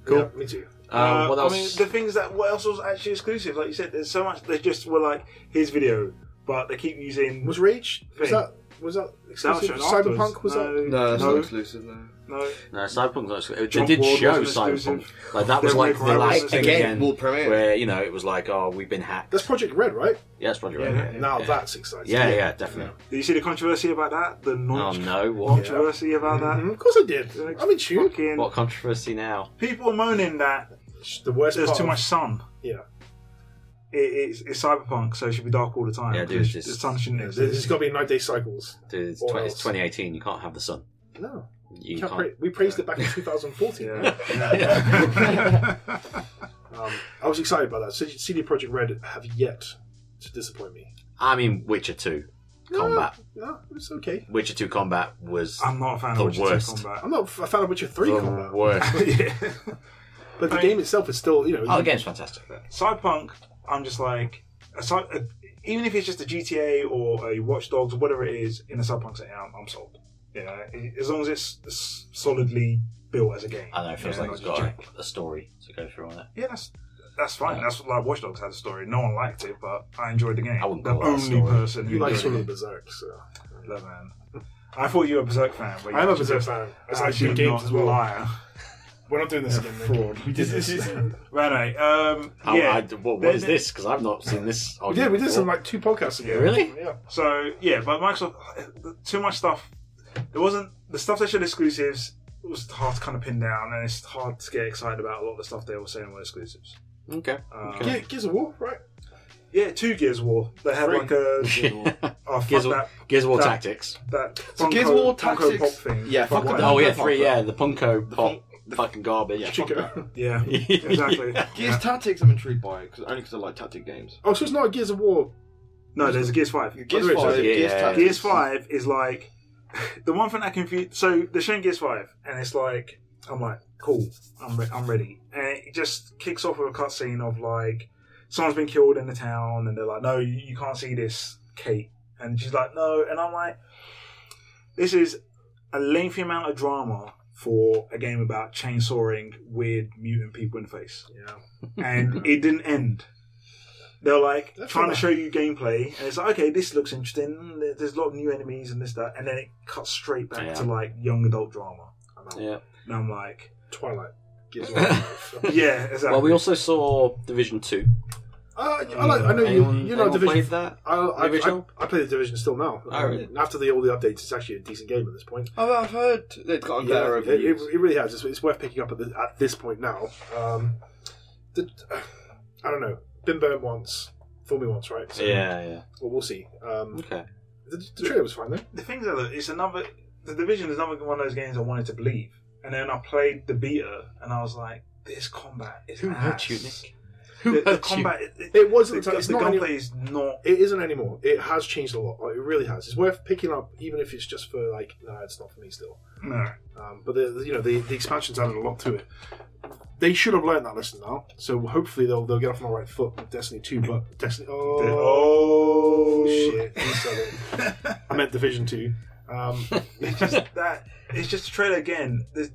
Cool. Yeah, me too. Um, Uh, what I mean, else? the things that what else was actually exclusive? Like you said, there's so much. They just were like, here's video, but they keep using. Was Rage? Was Thing. that was that That was exclusive? shown Cyberpunk afterwards. was that? No, that's No. not exclusive, no. No, No, Cyberpunk's not exclusive. They Jump did Ward show wasn't Cyberpunk. exclusive. Like that was They like were the like last Rivals thing again, again, world premiere. where you know it was like, oh, we've been hacked. That's Project Red, right? yeah, that's Roger. Yeah, Rabbit, yeah, Now yeah. that's exciting. Yeah, yeah, definitely. did you see the controversy about that? The Oh non- no, what? controversy about Mhm, that? Of course I did. Like, I'm in tune. fucking- What controversy now? People moaning that The worst there's part too of- much sun. Yeah. It, it's, it's cyberpunk, so it should be dark all the time. Yeah, dude, it's just- the sun shouldn't it's- exist. it's gotta be night day cycles. Dude, it's, Or 20, it's else. 2018. You can't have the sun. No. You Can't can't. pra- we praised it back in 2014. [laughs] Yeah. um, I was excited about that. CD CD Projekt Red have yet to disappoint me. I mean, Witcher 2 combat. No, it's okay. Witcher 2 combat was. I'm not a fan of the Witcher 2 worst. combat. I'm not a fan of Witcher 3 The combat. [laughs] worst. But the game itself is still, you know. Oh, the game's fantastic. Cyberpunk, I'm just like, a, cy- a, even if it's just a GTA or a Watch Dogs or whatever it is in a Cyberpunk setting, I'm, I'm sold. You know, i- as long as it's s- solidly built as a game. I don't know, it feels Yeah, like not it's just got a, jank. a story to go through on it. Yeah, that's that's fine. That's like Watch Dogs had a story. No one liked it, but I enjoyed the game. I wouldn't the call that a only story. person who You like enjoyed Solo it. Berserk, so. Look, man. I thought you were a Berserk fan. But I'm a you're Berserk just fan. I actually like good not games as well. Liar. [laughs] We're not doing this again, Nick. fraud. We did [laughs] this. Right, right. Um, How, yeah. Oh, I, what, what There- is there- this? Because I've not seen [laughs] this. We did. We did argument some before. like two podcasts ago. Really? Yeah. So yeah, but Microsoft too much stuff. There wasn't the stuff they showed exclusives was hard to kind of pin down, and it's hard to get excited about a lot of the stuff they were saying were exclusives. Okay. Um, Ge- Gears of War, right? Yeah, two Gears of War. They had Three. like a [laughs] oh, fuck Gears, of- that, Gears of War that- Tactics. That So Funko- Gears of War Funko Tactics- Pop thing. Yeah, fuck Funko that. Oh, Pop. yeah, Funko three, Pop. yeah, the Punko Pop. the- fucking garbage. [laughs] Yeah, fuck that. Chico. Yeah, [laughs] exactly. Gears Yeah. Tactics, I'm intrigued by because only because I like tactic games. Oh, so it's not a Gears of War. No, there's a Gears Five. Gears Yeah, Five, Gears yeah. Tactics. Gears Five is like [laughs] the one thing I confuse. So they're showing Gears Five, and it's like I'm like, cool, I'm re- I'm ready, and it just kicks off with a cutscene of like someone's been killed in the town, and they're like, no, you, you can't see this, Kate, and she's like, no, and I'm like, this is a lengthy amount of drama for a game about chainsawing weird mutant people in the face, Yeah. and it didn't end they're like That's trying to alright. show you gameplay, and it's like, okay, this looks interesting. there- There's a lot of new enemies and this that, and then it cuts straight back Yeah. to like young adult drama. And I'm, Yeah. and I'm like, Twilight. Gears of [laughs] War. yeah, exactly. Well, we also saw Division 2. Uh, I, like, I know Anyone- you. You know anyone Division. played that? I, I, I, Original? I play the Division still now. Oh, really? Um, After the all the updates, it's actually a decent game at this point. Oh, I've heard they've gotten better it, over the it, years. it really has. It's, it's worth picking up at, the, at this point now. Um, the, I don't know. Been burned once, fool me once, right? Yeah, yeah. Well, we'll see. Um, Okay. the, the trailer was fine though. the thing is, that it's another. The division is another one of those games I wanted to believe, and then I played the beta, and I was like, this combat is Who ass. hurt you, Nick? The, the hurt you? combat, it, it- It wasn't. the, it's the not any- gunplay is not. It isn't anymore. It has changed a lot. It really has. It's worth picking up, even if it's just for like, nah, it's not for me still. No. Um, but the, the- you know the, the expansions added a lot to it. They should have learned that lesson now. So hopefully they'll they'll get off on the right foot with Destiny Two. But Destiny [laughs] oh, Oh shit, he said it. I meant Division Two. Um, it's just that it's just a trailer again. There's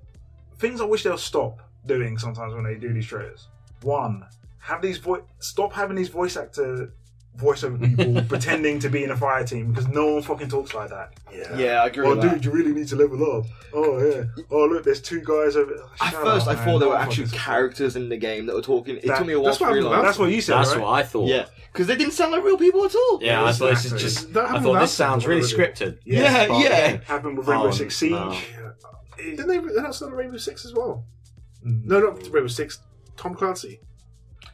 things I wish they'll stop doing sometimes when they do these trailers. One, have these voice stop having these voice actor voiceover [laughs] people pretending to be in a fire team because no one fucking talks like that. Yeah. yeah, I agree Oh, with that. dude, you really need to level up. Oh yeah. Oh look, there's two guys over. At Shut first, up, I man. thought there No were one actually fucking- characters in the game that were talking. It That- took me a while that's to what happened to realize. That's what you said, That's right? what I thought. Yeah, because they didn't sound like real people at all. Yeah, I thought this is Exactly. just. That I happened thought last this sounds time, really wasn't it? scripted. Yeah, but- yeah. Happened with Rainbow Oh, Six Siege. no. It- didn't they announce another Rainbow Six as well? No, Mm. not Rainbow Six. Tom Clancy.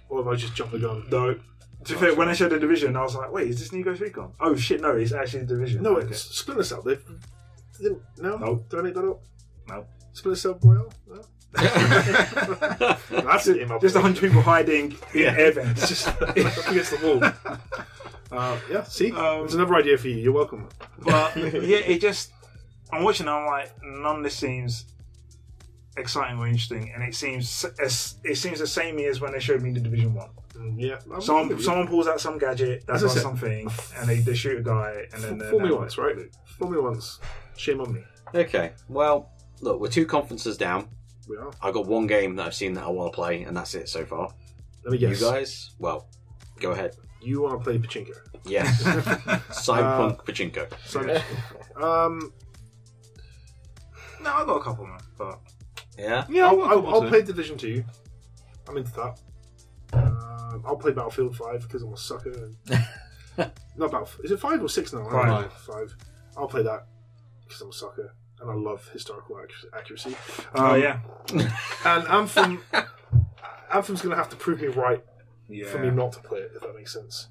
Or have I just jumped the gun? No. To be fair, when I showed the division, I was like, "Wait, is this New Ghost Recon?" Oh shit, no, it's actually the division. No, Okay. it's Splinter Cell. They've, they didn't. No? No. Did I make that up? No. Splinter Cell Royale? [laughs] No. That's it. in my Just a brain. hundred people hiding in Yeah. air [laughs] vents. just up against the wall. Uh, yeah, see, Um, there's another idea for you. You're welcome. But yeah, it just I'm watching. it, I'm like, none of this seems exciting or interesting, and it seems as it seems the same as when they showed me the Division One. Mm, Yeah, I'm Someone with you. someone pulls out some gadget that As I does said- something, and they, they shoot a guy, and then Fool- they're fool me now once, like- right? Fool me once. Shame on me. Okay. Well, look, we're two conferences down. We are. I got one game that I've seen that I want to play, and that's it so far. Let me guess. You guys? Well, go ahead. You want to play pachinko? Yes. Cyberpunk Pachinko. So, um, No, I got a couple, man. But Yeah. Yeah, I'll, I I'll, I'll want play Division Two. I'm into that. Um, I'll play Battlefield Five because I'm a sucker. And... [laughs] Not Battlefield. Is it five or six now? I don't know. Five. Five. I'll play that because I'm a sucker and I love historical ac- accuracy. oh Um, yeah, [laughs] And Anthem, Anthem's going to have to prove me right for me Yeah. not to play it, if that makes sense.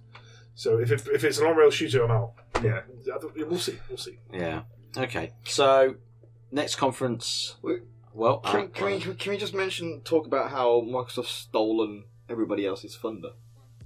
So if it, if it's an on-rail shooter, I'm out. Yeah. I don't- We'll see. We'll see. Yeah. Okay. So next conference. Well, Can, uh, can, we, can we- can we just mention talk about how Microsoft's stolen everybody else's thunder?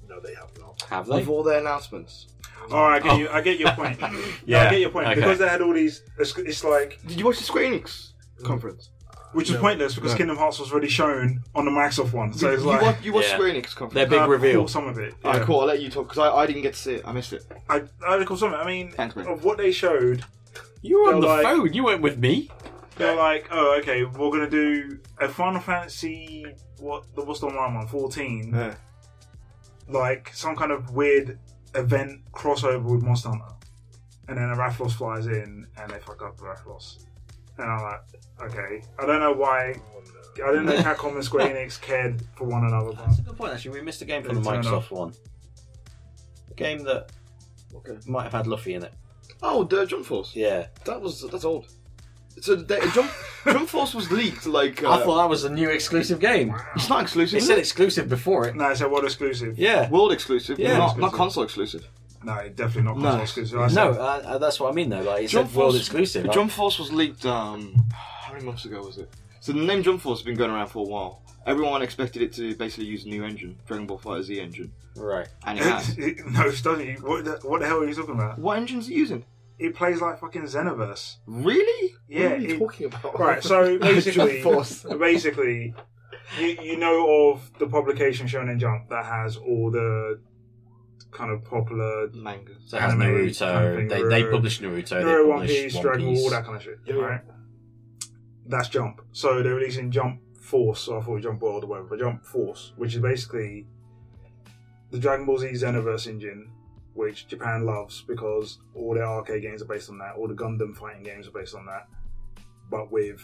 No, they have not. Have they? With all their announcements. All right, I get, you, I get your point. yeah, I Yeah, get your point okay. because they had all these. It's, it's like. Did you watch the Square Enix conference? Which is No. pointless because No. Kingdom Hearts was already shown on the Microsoft one, so You- it's you like watch- you watch Yeah. Square Enix conference. Their big Uh, reveal. caught Some of it. Alright, yeah. cool. I'll let you talk because I, I didn't get to see it. I missed it. I, I caught some. of it. I mean, Thanks, mate. of what they showed, you were on they're the like- phone. You weren't with me. They're like, oh, okay, we're gonna do a Final Fantasy. What the what's the online one? Fourteen. Yeah. Like some kind of weird event crossover with Monster Hunter, and then a Rathalos flies in and they fuck up the Rathalos, and I'm like, okay, I don't know why. I don't know [laughs] how Capcom and Square Enix cared for one another. That's a good point. Actually, we missed a game from the Fair enough. Microsoft one. A game that might have had Luffy in it. Oh, the Jump Force. Yeah. That was that's old. So the, Jump Jump Force was leaked like. Uh, I thought that was a new exclusive game. It's not exclusive. It is said it? exclusive before it. No, it's a world exclusive. Yeah. World exclusive. Yeah. Yeah. Not, not console exclusive. No, definitely not console No. exclusive. I No, said- uh, uh, that's what I mean though. Like it Jump said world Force- exclusive. Like, Jump Force was leaked. Um, how many months ago was it? So the name Jump Force has been going around for a while. Everyone expected it to basically use a new engine, Dragon Ball Fighter Z engine. Right. And it has. no, it's doesn't. You- What the, what the hell are you talking about? What engine's it using? It plays like fucking Xenoverse. Really? Yeah. What are you it- talking about? Right. [laughs] So basically, Jump Force. basically, you, you know of the publication Shonen Jump that has all the kind of popular manga. So it has Naruto. They- they publish Naruto, they Naruto, One publish Piece, One Dragon Ball, Piece. all that kind of shit. Yeah. Right. That's Jump. So they're releasing Jump Force. So I thought it was Jump World or whatever, but Jump Force, which is basically the Dragon Ball Z Xenoverse engine, which Japan loves because all their arcade games are based on that, all the Gundam fighting games are based on that, but with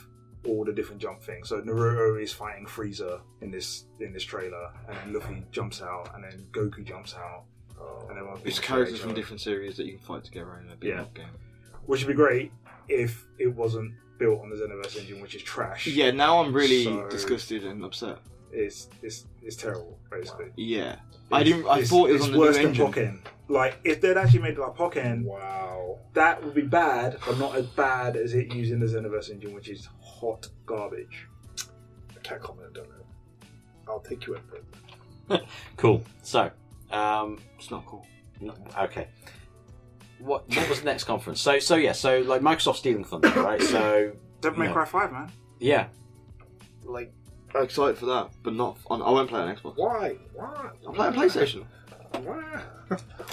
all the different jump things. So Naruto is fighting Frieza in this in this trailer, and then Luffy jumps out, and then Goku jumps out, and everyone It's fights characters each from other. different series that you can fight together in a big Yeah. up game. which would be great if it wasn't built on the Xenoverse engine, which is trash. Yeah, now I'm really So, disgusted and upset. It's it's it's terrible, basically. Yeah, I It's- didn't. I it's- thought it was it's on the worse new than engine. Pokken. Like if they'd actually made it like Pokken, wow, that would be bad, but not as bad as it using the Xenoverse engine, which is hot garbage. I can't comment. I don't know. I'll take your input. Cool. So, um, it's not cool. No, okay. What What was the next conference? So so yeah. So like Microsoft stealing thunder, right? So Devil May you know, Cry Five, man. Yeah. Like, I'm excited for that, but not on. I won't play it on Xbox. Why? Why? I'll play it on PlayStation. Why?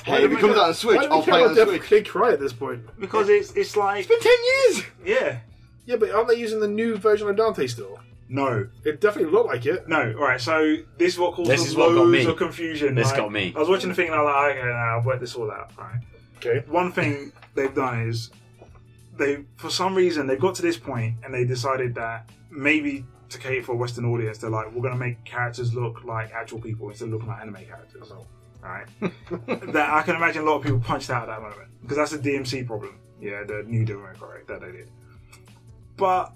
Hey, if it comes out on Switch, why do we I'll care play it on about Devil Switch. May Cry at this point. Because it's it's like It's been ten years. yeah, Yeah, but aren't they using the new version of Dante still? no. It definitely looked like it. No, all right. So this is what caused This loads is what got me. of confusion. This like, got me. I was watching the thing and I was like, okay, now I've worked this all out. All right. Okay. One thing they've done is they, for some reason, they got to this point and they decided that maybe to cater for a Western audience, they're like, we're going to make characters look like actual people instead of looking like anime characters. All right. [laughs] that I can imagine a lot of people punched out at that moment because that's a DMC problem. Yeah, the new Devil May Cry that they did. But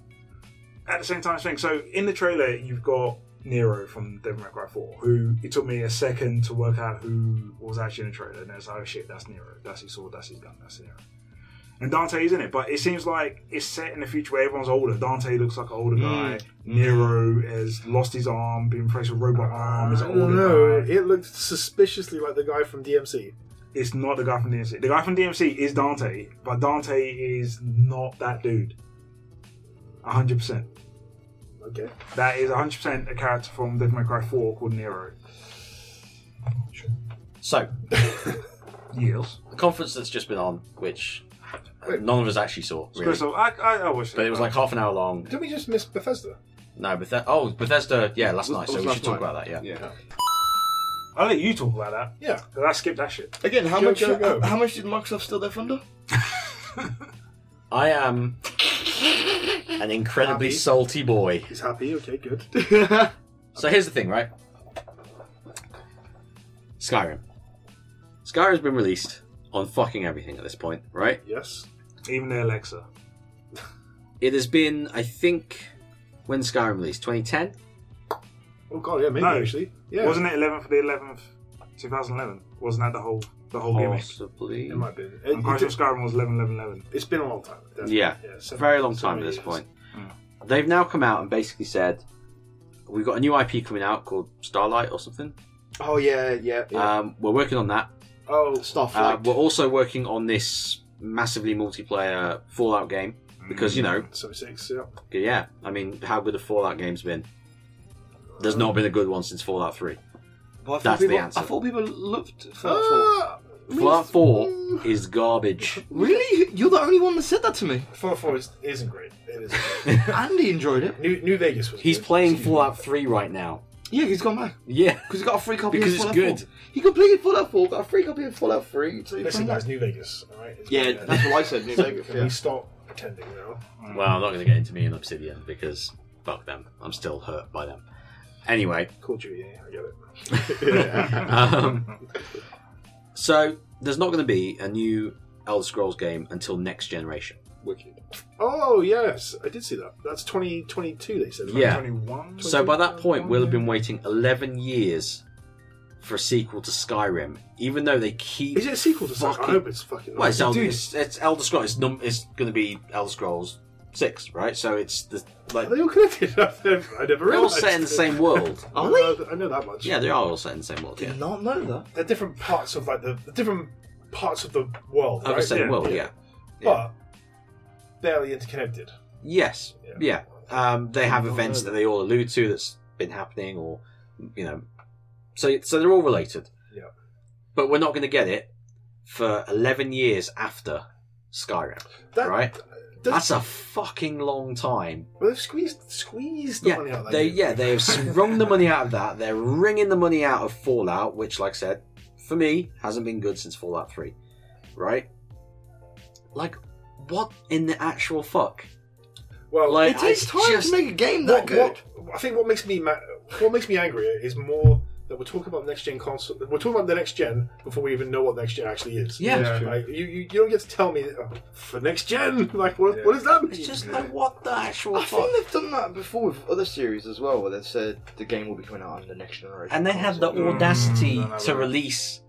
at the same time, thing. So in the trailer, you've got Nero from Devil May Cry 4, who it took me a second to work out who was actually in the trailer. And it's like, oh shit, that's Nero. That's his sword. That's his gun. That's Nero. And Dante is in it, but it seems like it's set in the future where everyone's older. Dante looks like an older Hmm. guy. Nero has lost his arm, been replaced with a robot arm. Is I an don't older know. guy. It looked suspiciously like the guy from DMC. It's not the guy from DMC. The guy from DMC is Dante, but Dante is not that dude. 100%. Okay. That is 100% a character from Devil May Cry 4 called Nero. So Yes. the conference that's just been on, which none of us actually saw, really. Crystal, I, I, I wish But it was like half an hour long. Didn't we just miss Bethesda? No, Beth- oh Bethesda, yeah, last Was- night. was So we last should talk night. about that. Yeah. Yeah. I'll let you talk about that. Yeah. 'cause I skipped that shit. Again, how Go, much? uh, go, go. How much did Microsoft steal their thunder? I am an incredibly Happy. salty boy. He's happy. Okay, good. [laughs] So here's the thing, right? Skyrim. Skyrim's been released on fucking everything at this point, right? yes. Even the Alexa. It has been, I think, when Skyrim released, 2010? Oh god, yeah, maybe No. actually. Yeah. Wasn't it 11th the 11th, 2011? Wasn't that the whole the whole Possibly. gimmick? It might be. And Crimes of Skyrim was 11, 11, It's been a long time. definitely. Yeah, seven- very long time seven at this years. point. They've now come out and basically said, "We've got a new IP coming out called Starlight or something. Oh yeah, yeah. yeah. Um, we're working on that. oh, Starflight. Uh, we're also working on this massively multiplayer Fallout game because you know, So six, yeah. yeah. I mean, how good a Fallout game's been? There's not been a good one since Fallout Three. Well, I thought That's people, the answer. I thought people looked for Ah, Fallout Four is [laughs] garbage. Really? You're the only one that said that to me. Fallout 4 is, [laughs] isn't great. It isn't. Andy enjoyed it. New, New Vegas was He's playing Fallout Three right now. Yeah, he's gone back. Yeah, Because he got a free copy Because of it's Fallout good. 4. He completed Fallout 4, got a free copy of Fallout 3. So he Listen, played guys, that. New Vegas. All right. It's Yeah, bad. that's what [laughs] I said, [laughs] New Vegas. Can yeah. we stop pretending now? [laughs] Well, I'm not going to get into me and Obsidian because fuck them. I'm still hurt by them. Anyway, Cool, Judy. Yeah, I get it. [laughs] [laughs] um, so there's not going to be a new Elder Scrolls game until next generation. Wicked. Oh yes, I did see that. That's twenty twenty two. They said. right? Yeah. 21? So by that point, we'll have been waiting 11 years for a sequel to Skyrim, even though they keep. Is it a sequel to Skyrim? I fucking- hope it's fucking. Well, it's, Elder, Dude, it's, it's Elder Scrolls. It's, num- it's going to be Elder Scrolls Six, right? So it's the like are they all connected? [laughs] I never they're all realized. set in the same world. I know, I know that much. Yeah, they are all set in the same world. Yeah, Did not know that. they're different parts of like the, the different parts of the world. of the right? same world. Yeah. but barely interconnected. Yes. Yeah. Um, they have Oh, events no. that they all allude to that's been happening, or you know, so so they're all related. Yeah. But we're not going to get it for eleven years after Skyrim, That, right? That's, That's a fucking long time. well, they've squeezed squeezed the Yeah, money out. of that they game. yeah they have wrung [laughs] the [laughs] money out of that. They're wringing the money out of Fallout, which, like I said, for me hasn't been good since Fallout Three, right? Like, what in the actual fuck? Well, Like, It takes I time just- to make a game that what, good. what- I think what makes me ma- what makes me angrier is more that we're talking about next gen console. We're talking about the next gen before we even know what next gen actually is. Yeah. Yeah, Like, you, you you don't get to tell me oh, for next gen. [laughs] Like what what does that mean? It's just like what the actual I fuck. think they've done that before with other series as well, where they've said the game will be coming out on the next generation. and they had the console. audacity Mm, no, no, to no. release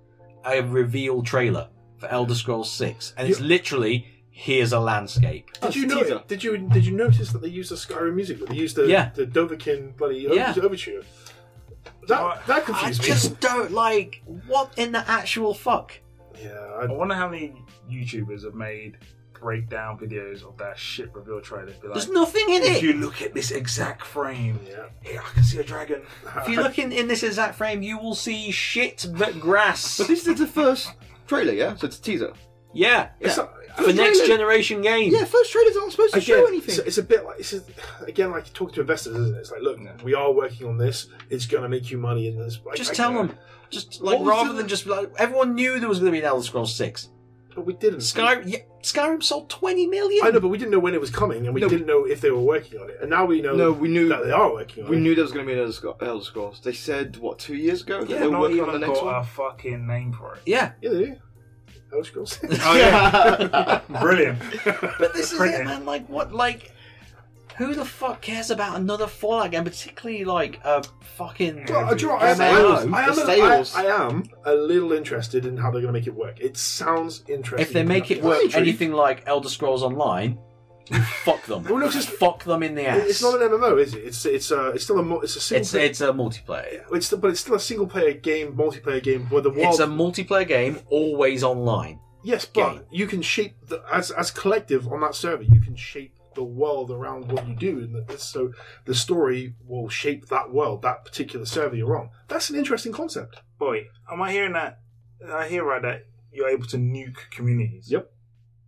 a reveal trailer for Elder Scrolls 6 and it's literally here's a landscape did you That's a know? teaser. Did you did you notice that they used the Skyrim music? That they used the Yeah. the Dovahkiin bloody Yeah. overture. Uh, That that I confused me. just don't like what in the actual fuck Yeah, I I, wonder how many YouTubers have made breakdown videos of that shit reveal trailer. Be like, there's nothing in if it you look at this exact frame, yeah. here I can see a [laughs] dragon. if you look in, in this exact frame you will see shit but grass But this is the first trailer, yeah? So it's a teaser. yeah, Yeah. not- for next trailer- generation game Yeah, first trailers aren't supposed to show anything. It's, it's a bit like it's a, again like you talk to investors, isn't it? It's like, look, we are working on this. It's going to make you money in this. Like, just I- tell them just like What was rather the- than just like everyone knew there was going to be an Elder Scrolls 6 but we didn't. Sky, yeah, Skyrim sold 20 million I know, but we didn't know when it was coming, and we No. didn't know if they were working on it. And now we know. No, we knew- that they are working on We it. knew there was going to be an Elder Scro- Elder Scrolls. They said what two years ago that Yeah, they were Not working even on the next got one. a fucking name for it. Oh, yeah Yeah, they do. Elder Scrolls. [laughs] Brilliant. But this is Print it, it. man. Like, what? Like, who the fuck cares about another Fallout game, particularly like a fucking? Well, do you know what? I am, I, MMO? am, I, am It's a, sales. I, I am a little interested in how they're going to make it work. It sounds interesting. If they make it work Intrigue. anything like Elder Scrolls Online, fuck them. Well, no, 'cause- fuck them in the ass. It's not an MMO, is it? It's it's uh, it's still a mo- it's a single It's player- it's a multiplayer. It's still, but it's still a single player game, multiplayer game where the world. It's a multiplayer game, always online. yes, but game. you can shape the, as as collective on that server. You can shape the world around what you do, and the, so the story will shape that world, that particular server you're on. That's an interesting concept. Boy, am I hearing that? I hear right that you're able to nuke communities. Yep.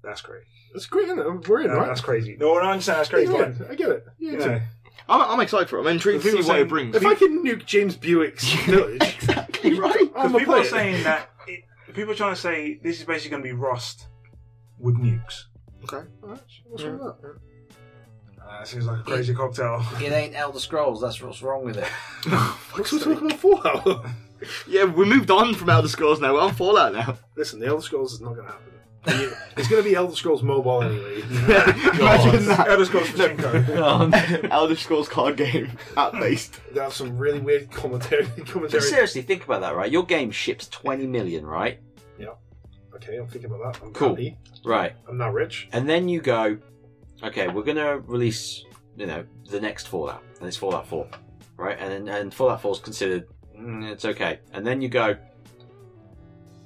That's great. That's great, isn't it? We're in, No, right? that's crazy. No, no, I understand. That's crazy. Yeah, but, I get it. Yeah, you it's- know, I'm, I'm excited for it. I'm intrigued The to see people what saying- it brings. If I can nuke James Buick's village, exactly right. I'm Because a people are player. saying that it, people are trying to say this is basically going to be Rust with nukes. Okay. Alright, what's wrong with that? Uh, that seems like a crazy cocktail. It ain't Elder Scrolls. That's what's wrong with it. Let's talk about Fallout. [laughs] Yeah, we moved on from Elder Scrolls now. We're on Fallout now. Listen, the Elder Scrolls is not going to happen. It's going to be Elder Scrolls Mobile anyway. [laughs] Imagine that. Elder [laughs] Scrolls Pachinko. Elder Scrolls card game app based. They have some really weird commentary. [laughs] commentary. But seriously, think about that, right? Your game ships 20 million, right? Yeah. Okay, I'm thinking about that. I'm Cool. happy. Right. I'm not rich. And then you go, okay, we're gonna release, you know, the next Fallout, and it's Fallout Four, right? And and Fallout Four is considered, mm, it's okay. And then you go,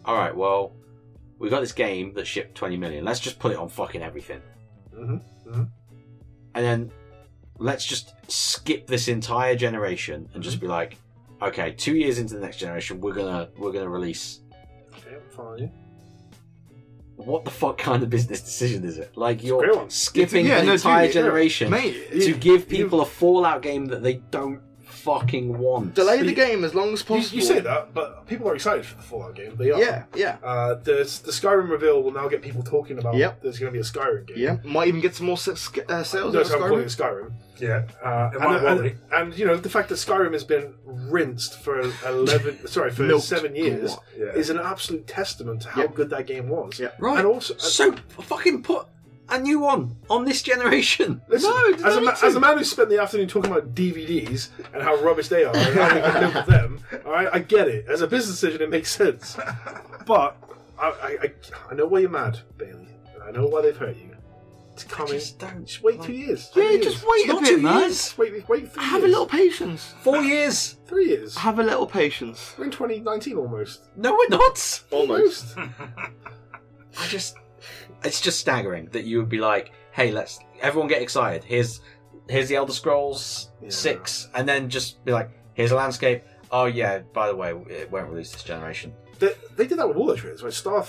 all right, well, we got this game that shipped twenty million. Let's just put it on fucking everything, hmm hmm and then let's just skip this entire generation and just be like, okay, two years into the next generation, we're gonna we're gonna release Okay, I'm following you. what the fuck kind of business decision is it? Like great you're one. skipping [laughs] Yeah, the no, dude, entire yeah. generation Mate, to you- give people a Fallout game that they don't fucking want. Delay the game as long as You, possible. you say that, but people are excited for the Fallout game. They are. Yeah, yeah. Uh, the, the Skyrim reveal will now get people talking about Yep. there's going to be a Skyrim game. Yeah, might even get some more sa- sc- uh, sales. That's out of how I'm Skyrim. calling it Skyrim. Yeah. Uh, and, might well and, and, you know, the fact that Skyrim has been rinsed for [laughs] 11, sorry, for Milked. seven years Yeah. is an absolute testament to how Yep. good that game was. Yeah. Right. And also, so fucking put a new one on this generation. Listen, No, it as a, doesn't ma- need to. as a man who spent the afternoon talking about DVDs and how rubbish they are and how we can live with them, all right, I get it. As a business decision, it makes sense. But I, I, I, I know why you're mad, Bailey. And I know why they've hurt you. It's coming. just don't Just wait like- two years. Yeah, Three just years. wait Not a two bit, man. years. Wait, wait three Have a years. little patience. Four years. Three years. Have a little patience. We're in 2019 almost. No, we're not. Almost. I just, it's just staggering that you would be like, hey, let's everyone get excited. Here's here's the Elder Scrolls Yeah. Six, and then just be like, here's a landscape. Oh yeah, by the way, it won't release this generation. [laughs] They, they did that with all those trailers, right? Star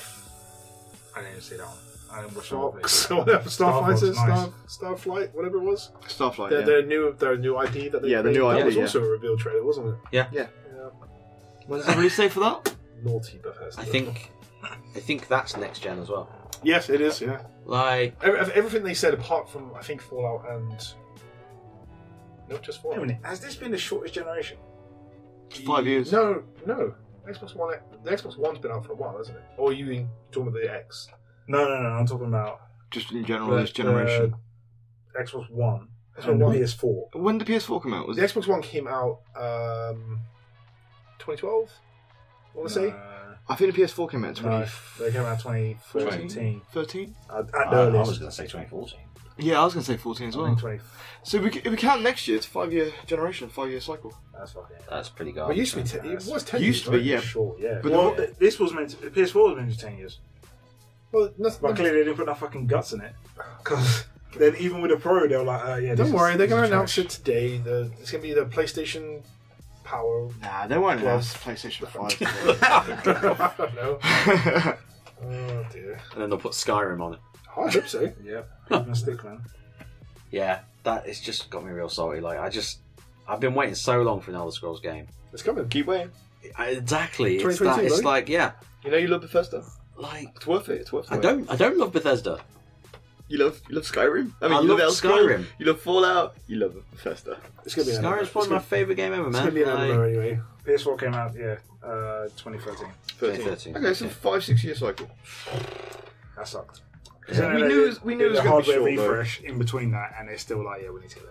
I didn't see that one. I didn't watch Fox, [laughs] [laughs] whatever, Starfighter, Starfight's nice. Star, Starflight, whatever it was. Stuff like Their, that. their new, their new IP that they Yeah, the new created. That IP, was yeah. also a reveal trailer, wasn't it? When's the release date for that? Naughty Bethesda. I think, I think that's next gen as well. Yes, it is. Yeah. Like, Ev- ev- Everything they said, apart from I think Fallout and no, just Wait a Fallout. minute, has this been the shortest generation? Five years. No, no. Xbox One, the Xbox One's been out for a while, hasn't it? Or are you talking about the X? No, no, no. I'm talking about Just in general, But, this generation. uh, Xbox One. Xbox and One. the PS4. when did PS4 come out? Was The it? Xbox One came out um, 2012. I want to say. Uh, I think the PS4 came out in No, 2013. they came out 2014. At, Uh, at the I- I earliest. was going to say 2014. Yeah, I was gonna say 14 as I think well. 20. So if we, if we count next year, it's five year generation, five year cycle. That's fucking. That's pretty Well, it good. used to be. Ten, it was Used ten. years, to be, right? yeah. Sure, yeah. But well, the- this was meant to. PS4 was meant to be ten years, Well, nothing. but clearly they didn't put enough fucking guts in it. Because then even with the Pro, they were like, uh, "Yeah." Don't this worry, is, they're this going is to announce trash. it today. The, it's going to be the PlayStation [laughs] Power. [laughs] Nah, they won't Well- announce PlayStation 5. I [laughs] don't know. Oh dear. Oh, And then they'll put Skyrim on it. I hope so. [laughs] Yeah, even a stick man. Yeah, that it's just got me real salty. Like, I just, I've been waiting so long for an Elder Scrolls game. It's coming. Keep waiting. I- Exactly. It's 2022, that. It's buddy. like, yeah, You know you love Bethesda. like It's worth it. It's worth it. I don't, I don't love Bethesda. You love you love Skyrim. I mean, I you love, love Elder Scrolls, Skyrim. You love Fallout. You love Bethesda. It's going to be an Skyrim's it's gonna- probably my favorite game ever, It's going man. to be an Like, MMO anyway. PS4 came out, yeah, uh, 2013. 13. 13, Okay, so okay. five six year cycle. That sucked. We knew it was- we knew it was a gonna be hardware short, though. refresh in between that, and they're still like, "Yeah, we need to get it."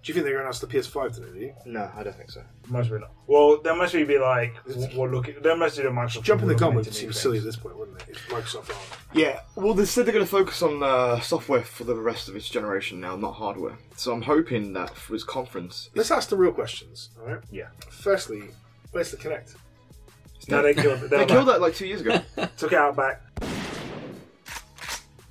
Do you think they're going to announce the PS5 today? do you? No, I don't think so. Must be not. Well, there must be like we're looking. There must be a Microsoft. Jumping the gun We're would looking seem into silly new at things. this point, wouldn't it? If Microsoft are. Yeah, well, they said they're going to focus on uh, software for the rest of its generation now, not hardware. So I'm hoping that for his conference, Let's ask the real questions, all right? Yeah. Firstly, where's the Connect? [laughs] No, they killed. they killed that like two years [laughs] ago. that. Took it out back.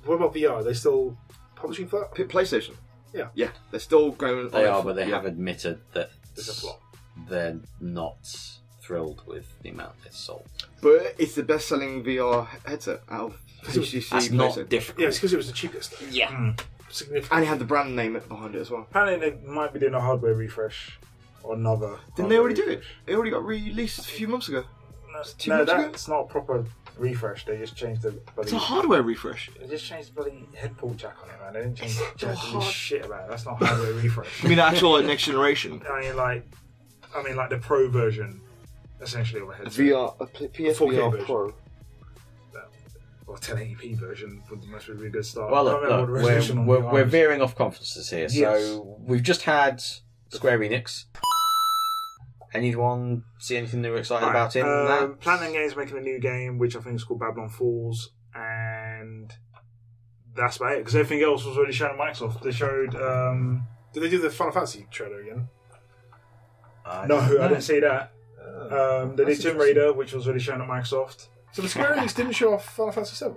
What about VR? Are they still publishing for P- that? PlayStation. Yeah. yeah, they're still going. on They are, for- but they yeah. have admitted that It's a flop. they're not thrilled with the amount they sold. But it's the best-selling VR headset out of HTC. That's not PlayStation. difficult. Yeah, it's because it was the cheapest. Though. Yeah. Mm. Significant. and it had the brand name behind it as well. Apparently, they might be doing a hardware refresh or another. Didn't they hardware already do it? refresh. It already got released a few months ago. two No, no months ago? that's not a proper refresh. They just changed the It's bloody. a hardware refresh. They just changed the bloody head pull jack on it, man. They didn't change It's not jack hard- shit about it. That's not hardware refresh. I mean, actual like, next [laughs] generation. I mean, like, I mean, like the pro version, essentially of a headset. VR, a P- PSVR 4K version. Pro. or 1080p version would must be a really good start. Well, I don't look, remember look, what resolution we're, on we're, the we're arms. veering off conferences here. Yes. So we've just had Square Enix. Anyone see anything they were excited Right, uh, about in um, that? Platinum Games making a new game, which I think is called Babylon Falls, and that's about it. Because everything else was already shown at Microsoft. They showed. Um, Did they do the Final Fantasy trailer again? no, don't I know. didn't see that. Oh. um, they did that's Tomb Raider, which was already shown at Microsoft. So [laughs] the Square Enix didn't show off Final Fantasy VII.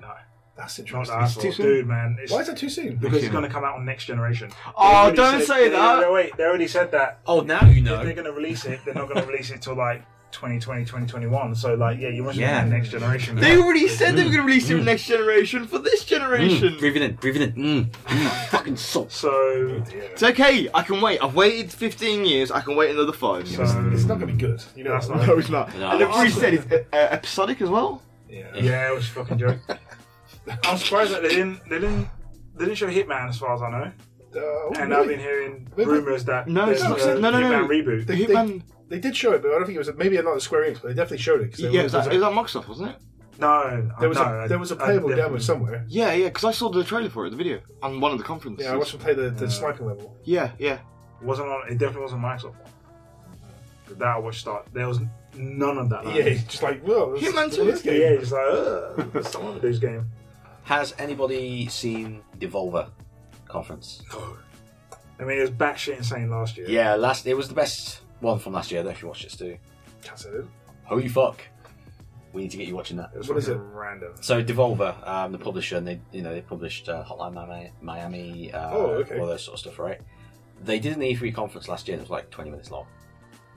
No, that's Not interesting. that I It's thought. too soon. dude, man. Why is that too soon? Because it's going to come out on next generation. Oh, They already don't said- say they- that. No, wait, they already said that. Oh, now you If know. they're going to release it, they're not going to release it till like 2020, 2021. So, like, yeah, you must Yeah. yeah. next generation. They already said they were going to release it Mm. next generation for this generation. Mm, breathing in, breathing in. Mm, mm, fucking salt. So It's okay. I can wait. I've waited 15 years. I can wait another five. years. It's not going to be good. You know, that's no, it's not. No. And they've already said it's uh, uh, episodic as well. Yeah, it was a fucking [laughs] joke. I'm surprised that they didn't they didn't they didn't show Hitman as far as I know. Uh, Oh, and I've been hearing rumors that there's a Hitman reboot. The Hitman. They, did show it, but I don't think it was. Maybe not the Square Enix, but they definitely showed it. 'cause there Yeah, it was, at, a- it was at Microsoft, wasn't it? No, There was a- no, there was a I- I playable demo definitely- somewhere. Yeah, yeah, because I saw the trailer for it, the video, on one of the conferences. yeah, I watched them play the, the sniping level. Yeah, yeah. wasn't on. It definitely wasn't Microsoft one. But that I watched start. There was none of that. Yeah, it's just like whoa, this- Hitman look at this game. Yeah, uh, it's like ugh, someone with this game. Has anybody seen Devolver conference? I mean, it was batshit insane last year. Yeah, last it was the best one from last year. I don't know if you watched this too. That's it. Holy fuck! We need to get you watching that. It was what is it? Random. So Devolver, um, the publisher, and they you know they published uh, Hotline Miami, Miami uh, Oh, okay. all those sort of stuff, right? They did an E3 conference last year that was like 20 minutes long,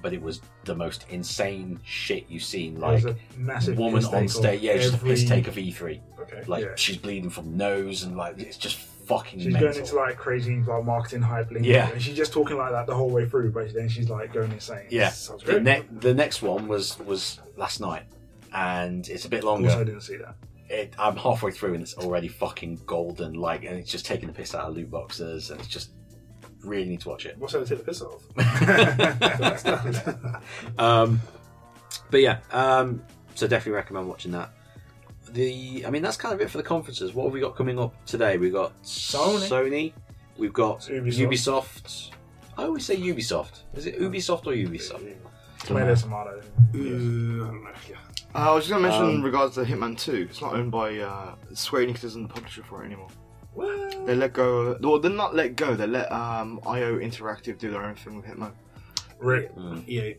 but it was the most insane shit you've seen. There was Like a massive woman piss on take of stage, yeah, just a every- piss take of E E3. Okay. Like Yeah. she's bleeding from nose and like it's just fucking She's mental. going into like crazy like marketing hype. lingo, Yeah. and she's just talking like that the whole way through. But then she's like going insane. Yeah. sounds The, great. ne- the next one was was last night, and it's a bit longer. also, I didn't see that. It, I'm halfway through and it's already fucking golden, like, and it's just taking the piss out of loot boxes, and it's just really need to watch it. What's that to take the piss [laughs] off? um, but yeah, um, so definitely recommend watching that. The, I mean, that's kind of it for the conferences. What have we got coming up today? We've got Sony. We've got Ubisoft. Ubisoft. I always say Ubisoft. Is it Ubisoft or Ubisoft? Tomato, tomato. Uh, I was just going to mention Um, in regards to Hitman 2, it's not owned by uh, Square Enix, isn't the publisher for it anymore. They let go. Well, they're not let go. They let um, IO Interactive do their own thing with Hitman. Rick. Mm. EA.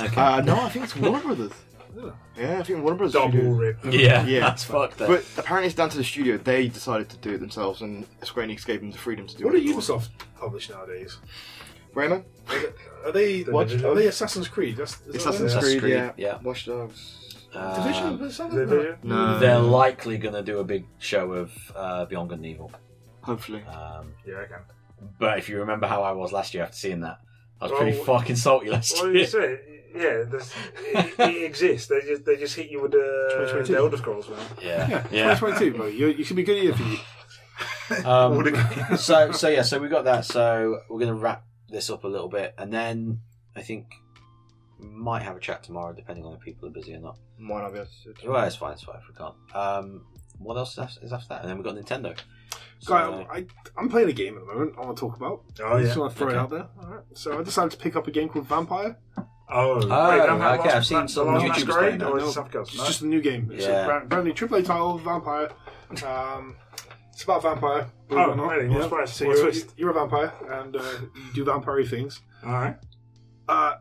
Okay. Uh, no, I think it's Warner Brothers. [laughs] Yeah, I think Warner Brothers. Double Studio. rip. [laughs] Yeah, that's fucked then. But apparently, it's down to the studio. They decided to do it themselves, and Square Enix gave them the freedom to do What it. do Ubisoft publish nowadays? Rayman? Are they The what? Division? Are they Assassin's Creed? That's, is that Assassin's what they- Creed, yeah. yeah. Watch Dogs. Division? Um, Is that what- Division? No. They're likely going to do a big show of uh, Beyond Good and Evil. Hopefully. Um, yeah, I can. But if you remember how I was last year after seeing that, I was Well, pretty fucking salty last Well, year. you said it. yeah, there's- it, it exists. They just they just hit you with the, 2022. the Elder Scrolls, man. [laughs] Yeah. Yeah. 2022, bro. You, you should be good year [laughs] for you. Um, [laughs] so, so yeah, so we got that. So we're going to wrap this up a little bit, and then I think might have a chat tomorrow, depending on if people are busy or not. Might not be able to do it. Well, it's fine, it's fine if we can't. Um, what else is after, is after that? And then we got Nintendo. uh, Guy, I, I'm playing a game at the moment. I want to talk about. Oh, I yeah. just want to throw Okay. it out there. All right. So I decided to pick up a game called Vampire. Oh, wait, Vampire Masquerade- Vampire Masquerade, or is it something else? It's No. just a new game. It's Yeah. a brand, brand new AAA title, Vampire. Um, it's about a vampire. Oh, Or not. really? What surprise. So What you're, twist? you're a vampire, and uh, you do vampire things. All right. Uh,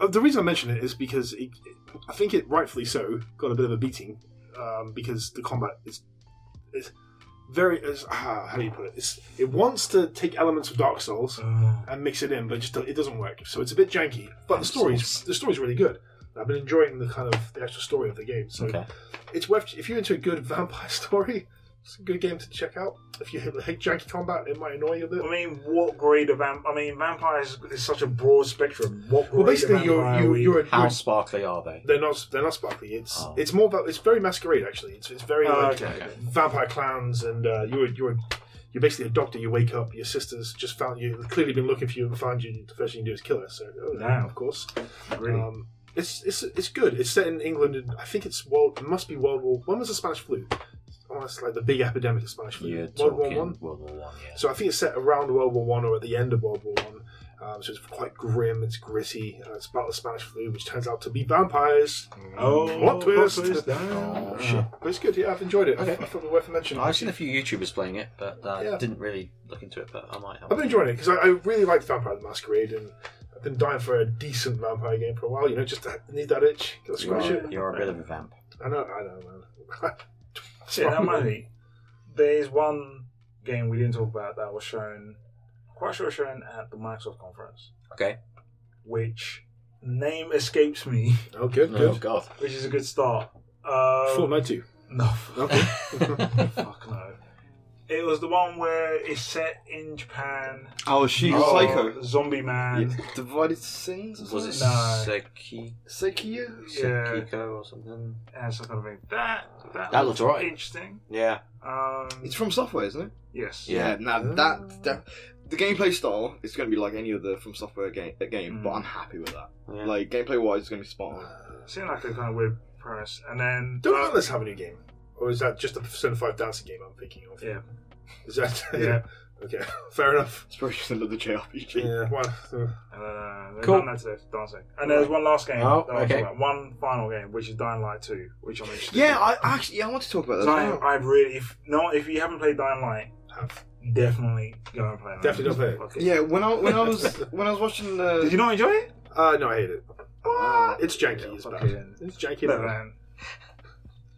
uh, the reason I mention it is because it, I think it rightfully so got a bit of a beating um, because the combat is is very is, ah, how do you put it? It's, it wants to take elements of Dark Souls Uh-huh. and mix it in, but it just it doesn't work. So it's a bit janky. But the story's the story's really good. I've been enjoying the kind of the actual story of the game. So Okay. it's worth if you're into a good [laughs] vampire story. It's a good game to check out. If you hate janky combat, it might annoy you a bit. I mean, what grade of vamp? I mean, vampires is such a broad spectrum. What grade Well, basically, of you're- vampire you- are we- you're a- How sparkly are they? They're not. They're not sparkly. It's it's more. va- It's very masquerade actually. It's, it's very Oh, like okay, okay. vampire clowns, and uh, you're you're you're basically a doctor. You wake up. Your sister's just found you. Clearly been looking for you and found you. The first thing you do is kill her. So oh, Damn. of course. Really? Um, It's it's it's good. It's set in England. And I think it's world. It must be World War. When was the Spanish flu? Oh, it's like the big epidemic of Spanish flu. You're World War talking One. World War One, yeah. So I think it's set around World War One or at the end of World War One. Um, so it's quite grim. It's gritty. Uh, it's about the Spanish flu, which turns out to be vampires. Oh, what plot twist! twist. [laughs] Oh, shit. But it's good. Yeah, I've enjoyed it. I I thought it was worth a mention. I've seen a few YouTubers playing it, but uh, Yeah. didn't really look into it. But I might have. I've been enjoying it because I, I really like Vampire the Masquerade, and I've been dying for a decent vampire game for a while. You know, just to need that itch, gotta You scratch are, it. you are a bit of a vamp. I know, I know, [laughs] man. Yeah, that might be. There's one game we didn't talk about that was shown, quite sure it was shown at the Microsoft conference, Okay. which name escapes me, [laughs] Oh, good, Oh, good. God. which is a good start. Um, Fortnite 2. No. [laughs] Okay. Fuck no. It was the one where it's set in Japan. Oh, she's Oh, psycho. Zombie man. Divided Sins? or Was it something? No. Seki, Sekiro? Yeah, Sekiko or something? yeah some kind of thing. That that, That looks looks alright. interesting. Yeah. Um, It's from software, isn't it? Oh. yes. Yeah. Yeah, now that, that the gameplay style is going to be like any other from software game, game but I'm happy with that. Yeah. Like gameplay wise, it's going to be spot on. Seemed like a kind of weird premise, and then Don't uh, let us have a new game. Or is that just the Persona 5 dancing game I'm thinking of? Yeah. Is that. [laughs] Yeah. okay, fair enough. It's probably just another [laughs] JRPG. Yeah, well, uh, And then, uh, they've Cool. done that today, dancing. And there's one last game. Oh, that I'll talk okay. about. One final game, which is Dying Light 2, which I'm interested Yeah, in. I actually yeah, I want to talk about that. So I, I really, if no, if you haven't played Dying Light, have- definitely go and play that. Definitely go play it. Fuck Yeah, when I when I was when I was watching the Did you not enjoy it? uh, no, I hate it. Ah, It's janky, it's fuck bad. it then. It's janky, No, man. man.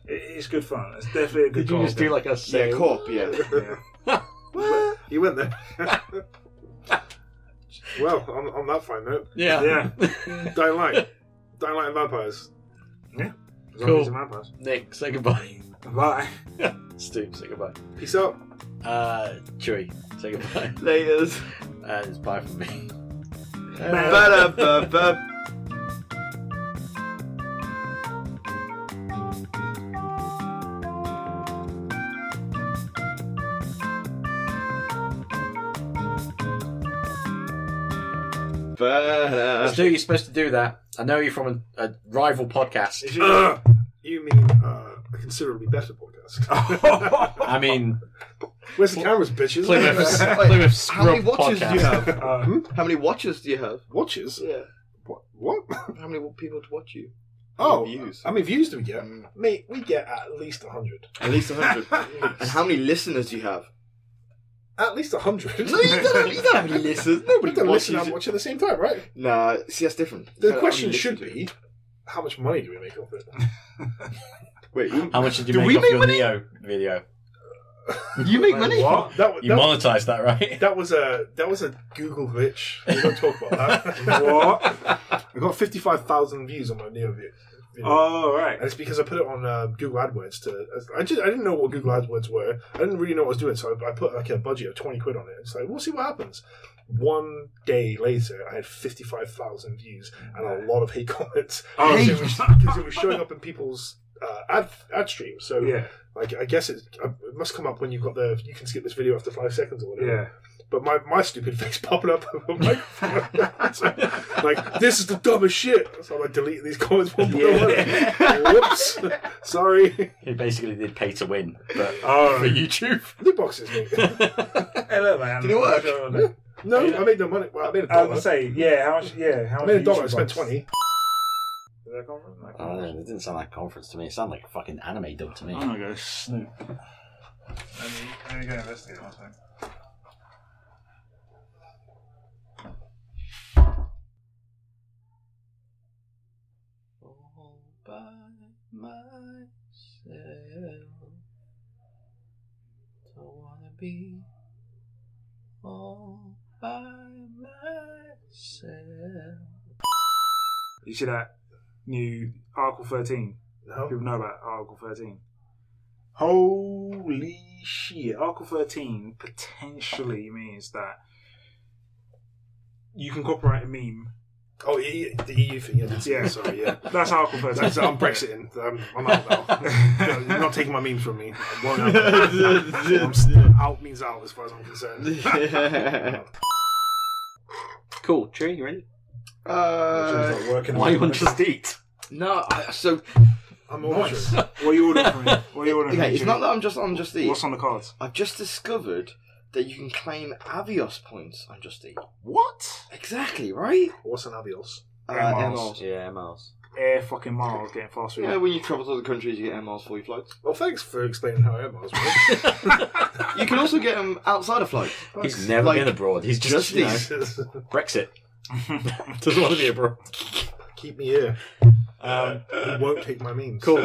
It, it's good fun. It's definitely a good Did you co-op just do game. like a yeah, say? co-op, yeah. Yeah. What? You [laughs] went there. well, on, on that fine note, Yeah. Yeah. Dying Light. Dying Light and Vampires. Zombies and vampires. Nick, say goodbye. [laughs] Bye. Stu, say goodbye. Peace out. Uh, Chewy, say [laughs] goodbye. Layers. And it's bye from me. Ba-da-ba-ba. Ba-da. Stu, you're supposed to do that. I know you're from a, a rival podcast. Uh, you mean uh, a considerably better podcast? [laughs] I mean, Where's the cameras, bitches? Plymouth's, Wait, Plymouth's How many Scrub watches do you [laughs] podcast. have? How many watches do you have? uh, Watches? Yeah. What? what? How many people to watch you? Oh, Views. how many views do we get? Mm. Mate, we get at least 100. At least 100. [laughs] and how many listeners do you have? At least 100. No, you don't, [laughs] you don't have any listeners. we Nobody don't watches listen you. and watch at the same time, right? Nah, see, that's different. How The many question listen should do you- be how much money do we make off it? Wait, you, How much did you Do make we off make your money? Neo video? you make money? That, wa- You that, monetized that, right? that was a that was a Google glitch. We don't talk about [laughs] that. What? I got fifty five thousand views on my Neo view. video. Oh, right. And it's because I put it on uh, Google AdWords to. I just I didn't know what Google AdWords were. I didn't really know what I was doing, so I, I put like a budget of twenty quid on it. It's like we'll see what happens. One day later, I had fifty five thousand views and a lot of hate [laughs] comments Oh, because so it, was- 'cause it was showing up in people's uh, ad ad streams. So Yeah. like I guess it's, uh, it must come up when you've got the you can skip this video after five seconds or whatever. Yeah. But my, my stupid [laughs] face popping up on my so, like this is the dumbest shit. So I'm like deleting these comments one by one. Whoops, sorry. He basically did pay to win, but Oh. [laughs] for YouTube. Loot boxes, mate. Hey, look, man. Did it work? [laughs] No, I made no money. Well, I made a I was dollar. gonna say, yeah, how much? Yeah, how I much? made a dollar. I YouTube spent bucks? twenty. Did that come from? Like, I don't know, it didn't sound like conference to me. It sounded like a fucking anime dub to me. I'm gonna go snoop. Let me, let me go investigate one second. All by myself. Don't wanna be all by myself. You see that new Article 13? No, People know about Article 13. Holy shit. Article 13 potentially means that you can copyright a meme. oh E- the EU thing. Yeah, that's, Yeah. yeah, sorry. Yeah, [laughs] That's Article 13. that's, I'm Brexiting. I'm, I'm out now. [laughs] No, You're not taking my meme from me. I won't have- I'm still- out means out as far as I'm concerned. Cool, Chewy, you ready? [laughs] Uh, Not working. Why you want just eat? No, I, so I'm Nice. ordering. What are you ordering for me? What are you ordering for Okay, me, it's Jimmy? not that I'm just I'm just eat. What's on the cards? I've just discovered that you can claim Avios points on Just Eat. What? Exactly right. What's an Avios? Uh, Air miles. MLs. Yeah, miles. Air fucking miles getting fast food. Yeah, when you travel to other countries, you get miles for your flights. Well, thanks for explaining how air miles work. You can also get them outside of flights. He's never Like, been abroad. He's just, just you know, [laughs] these. Brexit. Doesn't want to be abroad. Keep me here. Um, [laughs] It won't take my means. cool.